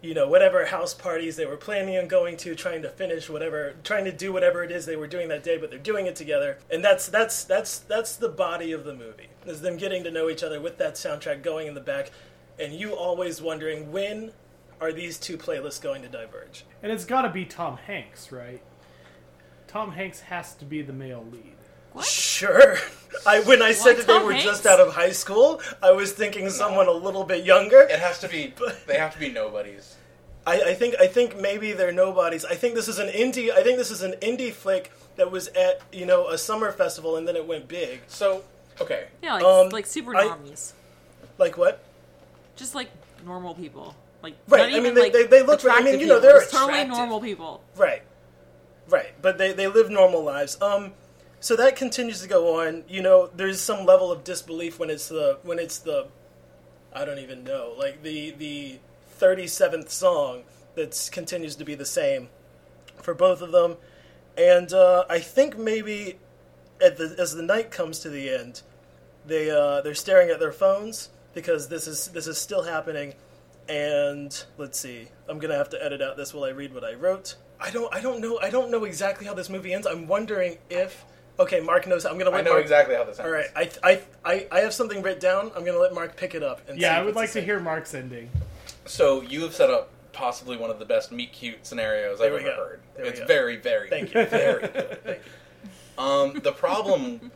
you know, whatever house parties they were planning on going to, trying to finish whatever, trying to do whatever it is they were doing that day, but they're doing it together. And that's that's that's that's the body of the movie. Is them getting to know each other with that soundtrack going in the back and you always wondering when are these two playlists going to diverge?
And it's got to be Tom Hanks, right? Tom Hanks has to be the male lead.
Sure. I when I said that they
Tom
were
Hanks?
just out of high school, I was thinking someone a little bit younger.
It has to be. They have to be nobodies.
I, I think I think maybe they're nobodies. I think this is an indie. I think this is an indie flick that was at you know a summer festival and then it went big.
So okay,
Yeah, like,
Um,
like super
I-
normies.
Like what?
Just like normal people. Like,
Right,
not
I mean,
even,
they-
like,
they- they look right- I
attractive
mean, you know,
people,
they're
just totally
attractive.
normal people.
Right, right. But they they live normal lives. Um, so that continues to go on. You know, there's some level of disbelief when it's the when it's the, I don't even know, like the the thirty seventh song that continues to be the same for both of them, and uh, I think maybe at the as the night comes to the end, they uh, they're staring at their phones because this is this is still happening. And let's see, I'm gonna have to edit out this while I read what I wrote. I don't I don't know I don't know exactly how this movie ends. I'm wondering if okay, Mark knows. I'm gonna let
I know
Mark,
exactly how this
All
happens.
right, I, I I I have something written down. I'm gonna let Mark pick it up. And see
Yeah, I
if
would
it's the
like to
same.
hear Mark's ending.
So you have set up possibly one of the best meet cute scenarios I've
There we
ever
go.
heard.
There we
it's
go.
very, very,
Thank you.
very good. Thank you. Um, the problem,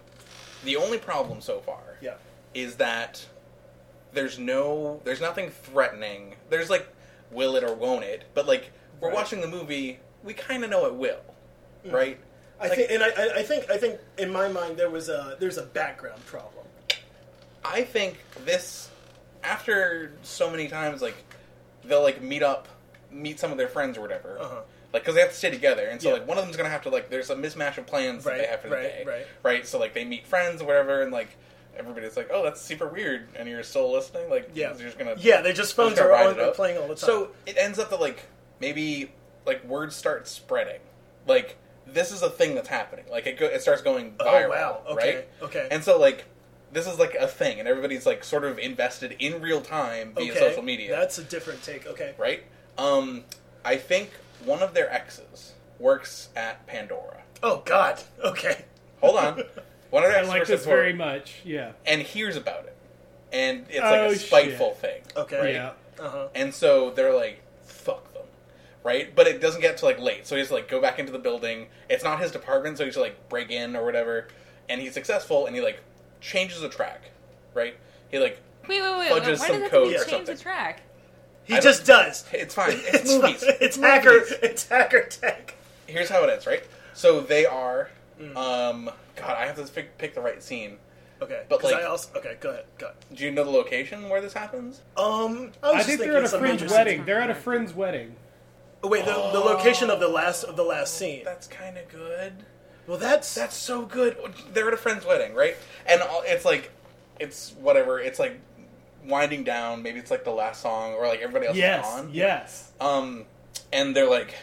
the only problem so far,
Yeah.
is that there's no, there's nothing threatening. There's like, will it or won't it? But like, we're
Right. Mm.
watching the movie, we kind of know it will, right?
I
Like-
think, and I, I- I think, I think, in my mind, there was a there's a background problem.
I think this after so many times like they'll like meet up meet some of their friends or whatever
Uh-huh.
like because they have to stay together and so
Yeah.
like one of them's gonna have to like there's a mismatch of plans that they
Right,
have for
right,
the day
right.
right so like they meet friends or whatever and like everybody's like oh that's super weird and you're still listening like
Yeah.
you're just gonna
Yeah, they just phones
just gonna
are
ride
on
it
they're
up.
playing all the time.
so it ends up that like maybe like word starts spreading like this is a thing that's happening like it, go- it starts going
Oh,
viral
wow. Okay,
right
okay.
and so like this is like a thing and everybody's like sort of invested in real time via social media
That's a different take. Okay,
right um i think one of their exes works at pandora
Oh God. Okay.
hold on one of their
I
exes
like
works
this
at Pandora
very much. Yeah.
and hears about it and it's like
Oh,
a spiteful
shit.
thing
Okay.
right?
Yeah.
Uh huh.
And so they're like, fuck them. Right? But it doesn't get to like late. So he has to like go back into the building. It's not his department, so he has to like break in or whatever. And he's successful and he like changes the track. Right? He like
Wait, wait, wait.
Fudges
why
some
does it
code
have
or
to be change the
something.
track?
He
I
just does.
it's fine. It's,
It's,
movies.
it's hacker.
movies.
It's hacker tech.
Here's how it ends, right? So they are Um, God, I have to pick, pick the right scene.
Okay,
But,
but like,
like-
I also okay. Go ahead, go. Ahead.
Do you know the location where this happens?
Um, I, was
I
just
think
thinking
they're at a
some
friend's
major
wedding.
scene.
They're at a friend's wedding.
scene. Oh, wait, the, the location of the last of the last scene.
That's kind of good.
Well, that's
That's so good. They're at a friend's wedding, right? And all- it's like, it's whatever. It's like winding down. Maybe it's like the last song, or like everybody else
Yes,
is on.
yes.
Um, and they're like,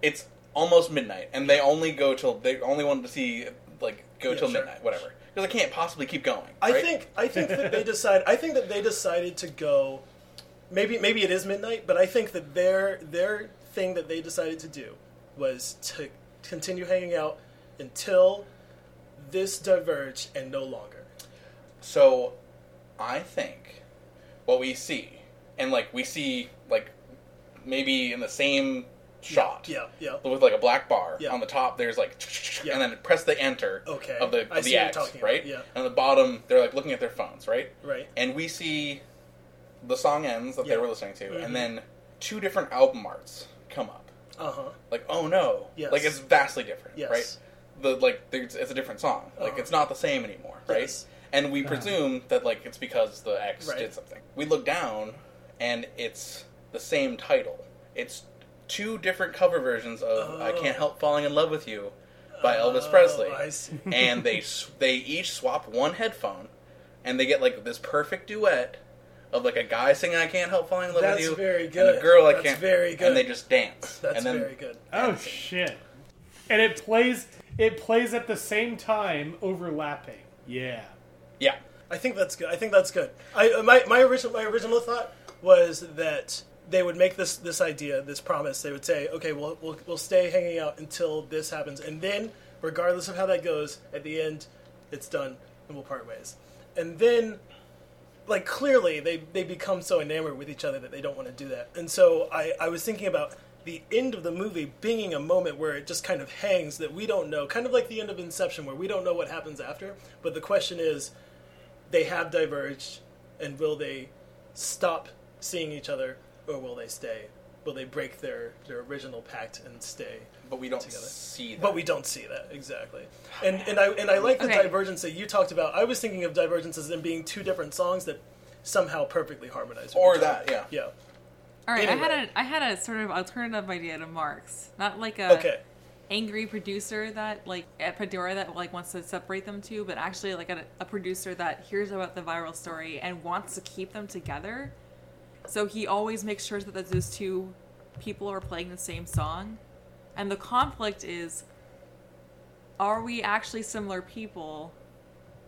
it's almost midnight, and they only go till they only wanted to see like go
Yeah,
till
sure.
midnight, whatever. Because I can't possibly keep going.
I
right?
think I think that they decide. I think that they decided to go. Maybe maybe it is midnight, but I think that their their thing that they decided to do was to continue hanging out until this diverged and no longer.
So I think what we see, and like we see like maybe in the same shot.
Yeah, yeah.
With like a black bar
Yeah.
on the top, there's like,
Yeah.
and then press the enter
Okay.
of the
I
of
see
the
what you're
X,
talking about,
right?
yeah.
And on the bottom, they're like looking at their phones, right?
Right.
And we see the song ends that
Yeah.
they were listening to,
Mhm.
and then two different album arts come up.
Uh huh.
Like, oh no,
Yes.
like it's vastly different,
Yes.
right? The like, there's, it's a different song. Like,
Uh-huh.
it's not the same anymore, right?
Yes.
And we presume that like it's because the X
Right.
did something. We look down, and it's the same title. It's two different cover versions of "I Can't Help Falling in Love with You" by Elvis Presley,
Oh. I see.
and they s- they each swap one headphone, and they get like this perfect duet of like a guy singing "I Can't Help Falling in Love
That's
with You" and
very
a
good.
girl "I
That's
Can't,"
very
and
good.
they just dance.
That's
and then
very good.
Oh shit! And it plays. It plays at the same time, overlapping. Yeah.
yeah,
I think that's good. I think that's good. I uh, my my original my original thought was that they would make this this idea, this promise. They would say, "Okay, we'll we'll, we'll stay hanging out until this happens, and then, regardless of how that goes, at the end, it's done, and we'll part ways." And then, like clearly, they they become so enamored with each other that they don't want to do that. And so I I was thinking about. The end of the movie being a moment where it just kind of hangs that we don't know, kind of like the end of Inception, where we don't know what happens after. But the question is, they have diverged and will they stop seeing each other or will they stay will they break their their original pact and stay
but we don't
Together.
see that. Oh,
but we don't see that exactly and and i and i like the
Okay.
divergence that you talked about i was thinking of divergence as them being two different songs that somehow perfectly harmonize with
or
each other.
that, yeah.
yeah
All right, I had
Anyway.
a I had a sort of alternative idea to Mark's, not like a
okay
angry producer that like at Pandora that like wants to separate them two, but actually like a, a producer that hears about the viral story and wants to keep them together. So he always makes sure that those two people are playing the same song, and the conflict is: are we actually similar people,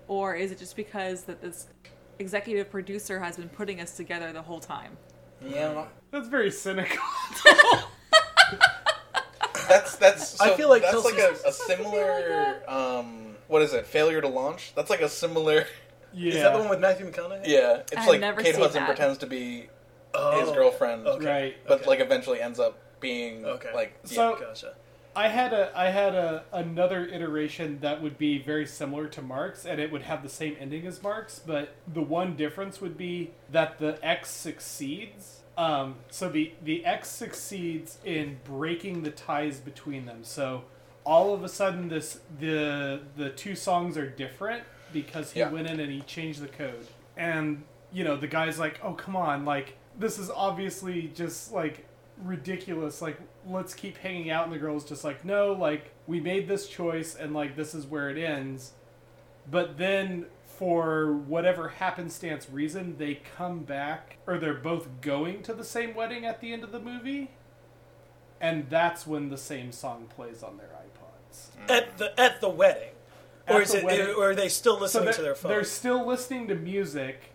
or is it just because that this executive producer has been putting us together the whole time?
Yeah,
That's very cynical.
that's that's.
I
so
feel like
that's like a,
Chelsea's-
a similar. um, what is it? Failure to launch. That's like a similar.
Yeah.
is that the one with matthew mcconaughey
Yeah, it's
I've
like
never
Kate
seen
Hudson
that.
pretends to be
oh,
his girlfriend,
Okay.
Right.
but
okay.
like eventually ends up being
Okay.
like
So-
yeah.
gotcha
I had a I had a another iteration that would be very similar to Mark's, and it would have the same ending as Mark's, but the one difference would be that the X succeeds. Um, so the the X succeeds in breaking the ties between them. So all of a sudden, this the the two songs are different because he
Yeah.
went in and he changed the code. And you know the guy's like, oh come on, like this is obviously just like ridiculous like let's keep hanging out and the girl's just like no like we made this choice and like this is where it ends but then for whatever happenstance reason they come back or they're both going to the same wedding at the end of the movie and that's when the same song plays on their ipods
Mm.
at the at the wedding or
At
is
the
it
wedding.
or are they still
so
listening
they're,
to their phone
they're still listening to music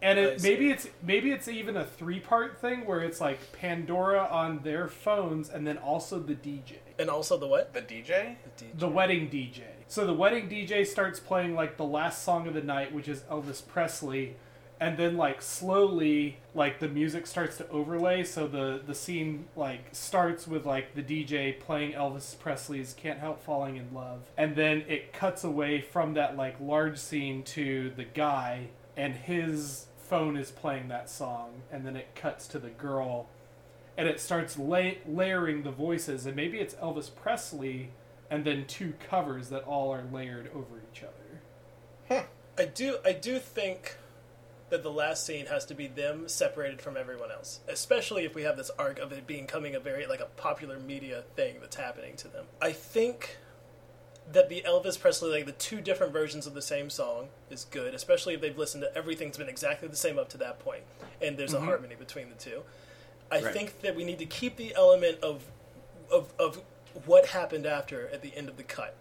and
I
it,
see.
maybe it's maybe it's even a three part thing where it's like pandora on their phones and then also the dj
and also the what
the DJ.
the wedding DJ. So the wedding DJ starts playing like the last song of the night, which is Elvis Presley, and then like slowly like the music starts to overlay, so the the scene like starts with like the DJ playing Elvis Presley's Can't Help Falling in Love, and then it cuts away from that like large scene to the guy and his phone is playing that song, and then it cuts to the girl and it starts la- layering the voices and maybe it's elvis presley and then two covers that all are layered over each other.
I do I do think that the last scene has to be them separated from everyone else, especially if we have this arc of it becoming a very like a popular media thing that's happening to them. I think that the Elvis Presley like the two different versions of the same song is good, especially if they've listened to everything's been exactly the same up to that point and there's a harmony between the two. I
Mm-hmm. Right.
think that we need to keep the element of of of what happened after at the end of the cut.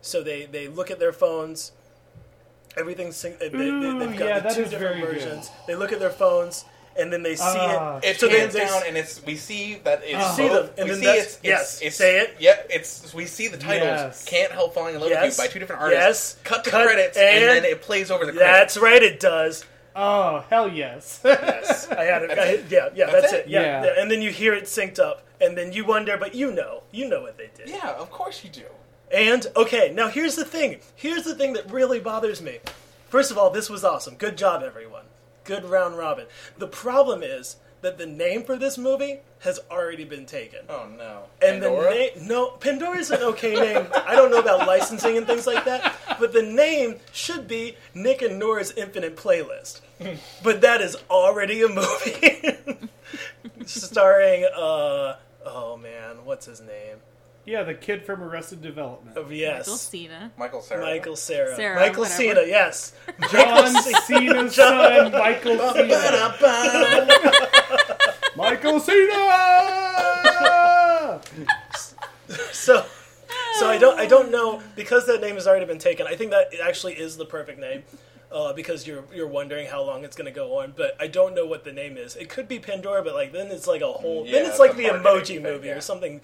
So they they look at their phones. Everything's sing- uh, they, they,
Ooh,
they've got
yeah,
the
that
two
is
different
very good.
versions. They look at their phones and then they see
Ah.
it.
It's
so then
hands
they s- Oh.
down, and it's we see that it's
see
both-
them, and
we
then
see
that's-
it's, it's
yes,
it's
say it.
Yep, it's we see the titles.
Yes.
Can't help falling in love
Yes.
with you by two different artists.
Yes.
cut to
Cut,
credits,
and-
and, then it plays over the credits.
That's right, it does.
Oh hell yes!
Yes, I had it. I, had- yeah, yeah, that's,
That's
it.
it.
Yeah,
Yeah.
yeah, and then you hear it synced up, and then you wonder, but you know, you know what they did.
yeah, of course you do.
And okay, now here's the thing. Here's the thing that really bothers me. First of all, this was awesome. Good job, everyone. Good round robin. The problem is that the name for this movie has already been taken.
Oh no,
And
Pandora?
the name, no, Pandora's an okay name. I don't know about licensing and things like that, but the name should be Nick and Nora's Infinite Playlist. But that is already a movie starring, uh, oh man, what's his name?
yeah, the kid from Arrested Development,
Of yes,
Michael Cena.
Michael Sarah.
Michael Sarah.
Sarah,
Michael
whatever.
Cena, yes.
John Cena's son, Michael Cena. Michael Cena.
So so I don't I don't know because that name has already been taken. I think that it actually is the perfect name. Uh, because you're you're wondering how long it's gonna go on, but I don't know what the name is. It could be Pandora, but like then it's like a whole
Yeah,
then it's
it's
like
a
the
marketing
emoji
thing,
movie
yeah.
or something.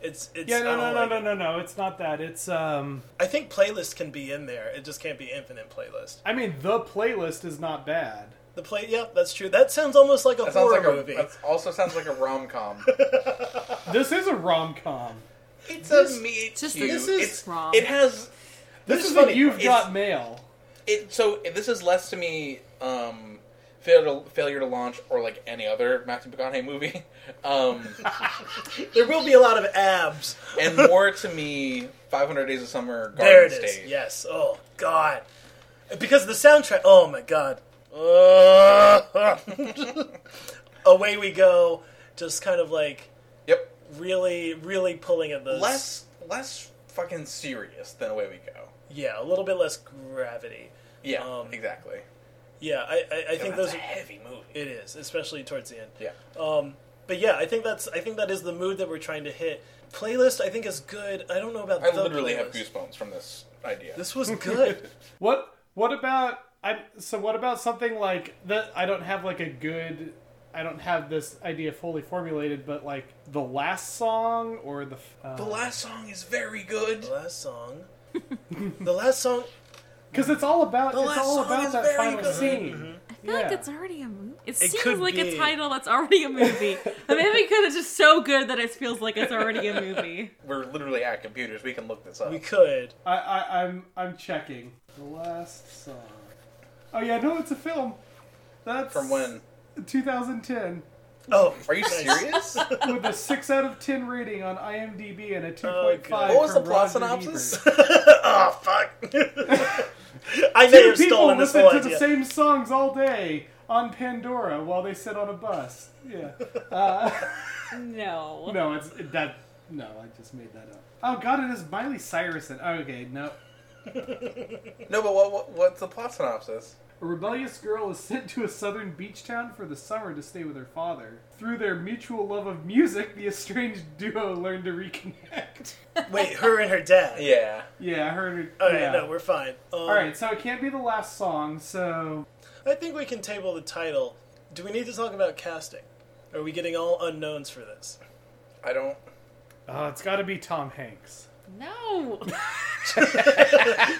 It's it's
yeah,
I
no, no, no,
don't like
no,
it.
no, no. It's not that. It's um.
I think playlist can be in there. It just can't be infinite playlist.
I mean, the playlist is not bad.
The play, yeah, that's true. That sounds almost like a
That sounds
horror
like a.
movie.
That also sounds like a rom com.
This is a rom com.
it's a meet
just-
cute.
this
is
it's,
wrong.
It has.
This,
is
is
funny.
a you've
It's-
got mail.
it so this is less to me um failure to, failure to launch or like any other Matthew McConaughey movie um
there will be a lot of abs.
and more to me 500 days of summer garden
There it is.
state
Yes. Oh God. Because the soundtrack. Oh my God. Uh, away we go. Just kind of like
yep
really, really pulling at those.
less less fucking serious than away we go
Yeah, a little bit less gravity.
yeah
Um,
exactly
Yeah, I, I, I think
that's
those.
a
Are,
heavy movie Oh,
it is, especially towards the end.
yeah
Um, but yeah, I think that's. I think that is the mood that we're trying to hit. Playlist, I think, is good. I don't know about.
I
the
literally have
playlist.
goosebumps from this idea
This was good.
What? What about? I so what about something like that? I don't have like a good. I don't have this idea fully formulated, but like the last song or the. f- Uh,
the last song is very good
the last song. the last song.
Because it's all about
The
it's
last
all
song
about
is
that
very
final
good. Mm-hmm.
scene.
I feel like
Yeah.
it's already a movie. It,
could
seems like
be.
a title that's already a movie. the movie could is just so good that it feels like it's already a movie.
we're literally at computers we can look this up
We could.
I, I I'm I'm checking the last song. Oh yeah, no, it's a film. That's
from when
2010
Oh,
are you serious
with a six out of ten rating on IMDb and a 2.5.
God.
Oh, what was the
from
plot
Rotten
synopsis
Ebert.
oh fuck! I may
Two
have
people
stolen this
listen
whole
to the
idea.
same songs all day on Pandora while they sit on a bus. Yeah.
No.
No, it's that. No, I just made that up. Oh God, it is Miley Cyrus. And, oh, okay, no.
no but what, what what's the plot synopsis
A rebellious girl is sent to a southern beach town for the summer to stay with her father. Through their mutual love of music, the estranged duo learn to reconnect.
Wait, her and her dad.
yeah
Yeah, I heard it.
All right,
yeah.
Oh, no, we're fine. Um,
All right, so it can't be the last song. So
I think we can table the title. Do we need to talk about casting? Are we getting all unknowns for this?
I don't
oh, it's got to be Tom Hanks.
No.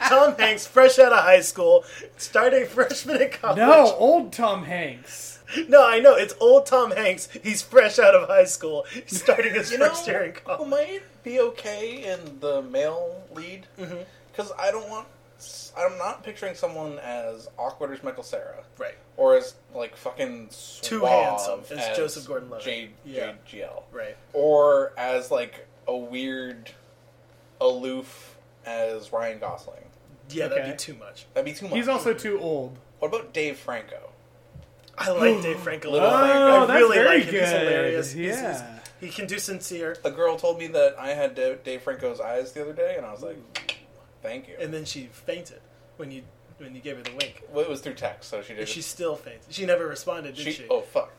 Tom Hanks, fresh out of high school, starting freshman in college.
No, old Tom Hanks.
no, I know it's old Tom Hanks. He's fresh out of high school, starting his first year in
who
college.
might be okay in the male lead because I don't want. I'm not picturing someone as awkward as Michael Sarah,
Right.
or as like fucking suave
Too handsome as
as,
Joseph Gordon-Levitt.
J-
Yeah.
JGL,
Right.
or as like a weird aloof as Ryan Gosling.
Yeah, that'd
Okay.
be too much.
That'd be too much.
He's also too old.
What about Dave Franco?
I like Dave Franco.
Little Frank.
Oh,
I
that's
really
very
like him. He's
good.
hilarious. He's- he's-
Yeah.
he can do sincere.
A girl told me that I had Da- Dave Franco's eyes the other day, and I was like, "Thank you."
And then she fainted when you when you gave her the wink.
well, it was through text, so she did.
And she still fainted. She never responded, did
she,
she?
oh fuck.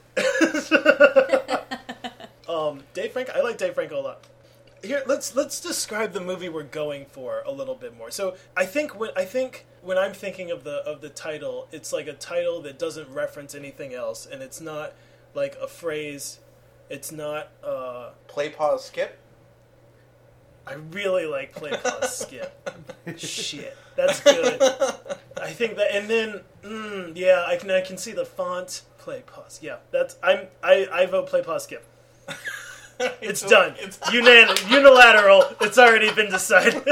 Um, Dave Franco. I like Dave Franco a lot. Here, let's let's describe the movie we're going for a little bit more. So I think when I think when I'm thinking of the of the title, it's like a title that doesn't reference anything else, and it's not like a phrase. It's not. Uh,
Play pause skip.
I really like play pause skip. Shit, that's good. I think that, and then mm, yeah, I can I can see the font play pause. Yeah, that's I'm I I vote play pause skip. It's done.
It's,
Unan- unilateral. It's already been decided.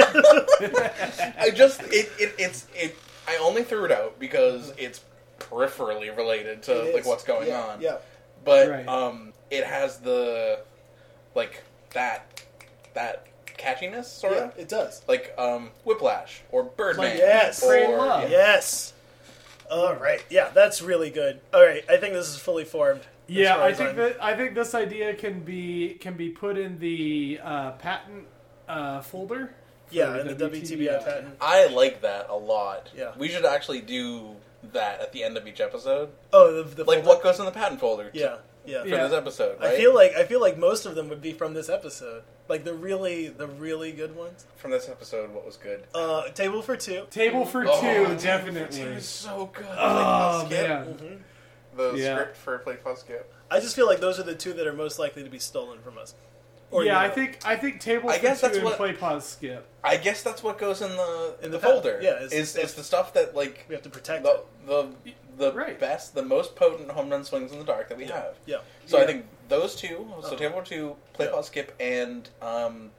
I just it, it it's it. I only threw it out because it's peripherally related to like what's going
Yeah,
on.
Yeah.
but
Right.
um, it has the like that that catchiness sort
Yeah,
of
it does.
like um, Whiplash or Birdman.
yes.
or,
Free Love.
Yes. All right. Yeah, that's really good. All right. I think this is fully formed. as
Yeah,
far
I
as
think
I'm-
that I think this idea can be can be put in the uh, patent uh, folder. for
Yeah, and the WTBI patent.
I like that a lot.
Yeah.
we should actually do that at the end of each episode.
Oh, the, the
Like what goes in the patent folder? to-
Yeah. Yeah.
for
Yeah.
this episode. Right?
I feel like I feel like most of them would be from this episode. Like the really the really good ones.
from this episode, what was good?
Uh, table for two.
Table for two,
Oh, Table for
definitely.
It was so good.
Oh
Like, the skit-
man,
the
Yeah.
script for Play Plus Skip.
I just feel like those are the two that are most likely to be stolen from us. Or,
yeah,
you
I
know,
think I think table
I
for
guess
two
that's
and
what-
play pause skip.
I guess that's what goes in the in
In
the,
the
folder.
patent. Yeah,
it's,
it's-
is is the stuff that like
we have to protect
the
it.
the the
Right.
best, the most potent home run swings in the dark that we have.
Yeah.
So I
Yeah.
think those two, so
Uh-huh.
table two, play
Yeah.
pause skip, and um,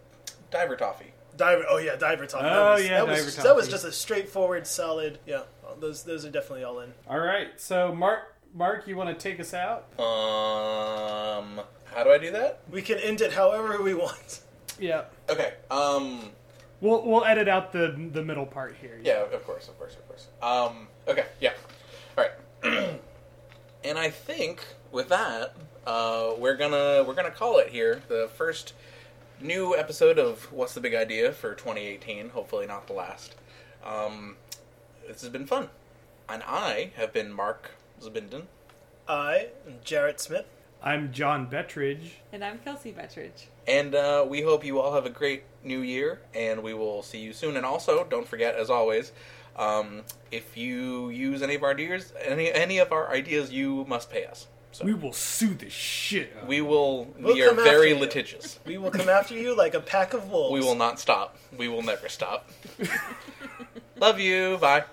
diver toffee.
Diver. Oh yeah, Diver Tom.
Oh,
that was,
yeah,
that was,
Diver Tom.
That was just a straightforward, solid. Yeah, well, those those are definitely all in.
All right, so Mark, Mark, you want to take us out?
Um, how do I do that?
We can end it however we want.
Yeah,
Okay. Um,
we'll we'll edit out the the middle part here.
yeah, of course, of course, of course. Um, okay, yeah. All right. and I think with that, uh, we're gonna we're gonna call it here. The first new episode of What's the Big Idea for 2018. Hopefully, not the last. Um, this has been fun, and I have been Mark Zabinden.
I am Jarrett Smith.
I'm John Bettridge.
And I'm Kelsey Bettridge.
And uh, we hope you all have a great new year, and we will see you soon. And also, don't forget, as always, um, if you use any of our ideas, any any of our ideas, you must pay us. So
We
we,
will sue the shit. out of
will.
We'll
we are
come after
very
you.
litigious.
We will come after you like a pack of wolves.
We will not stop. We will never stop. Love you. Bye.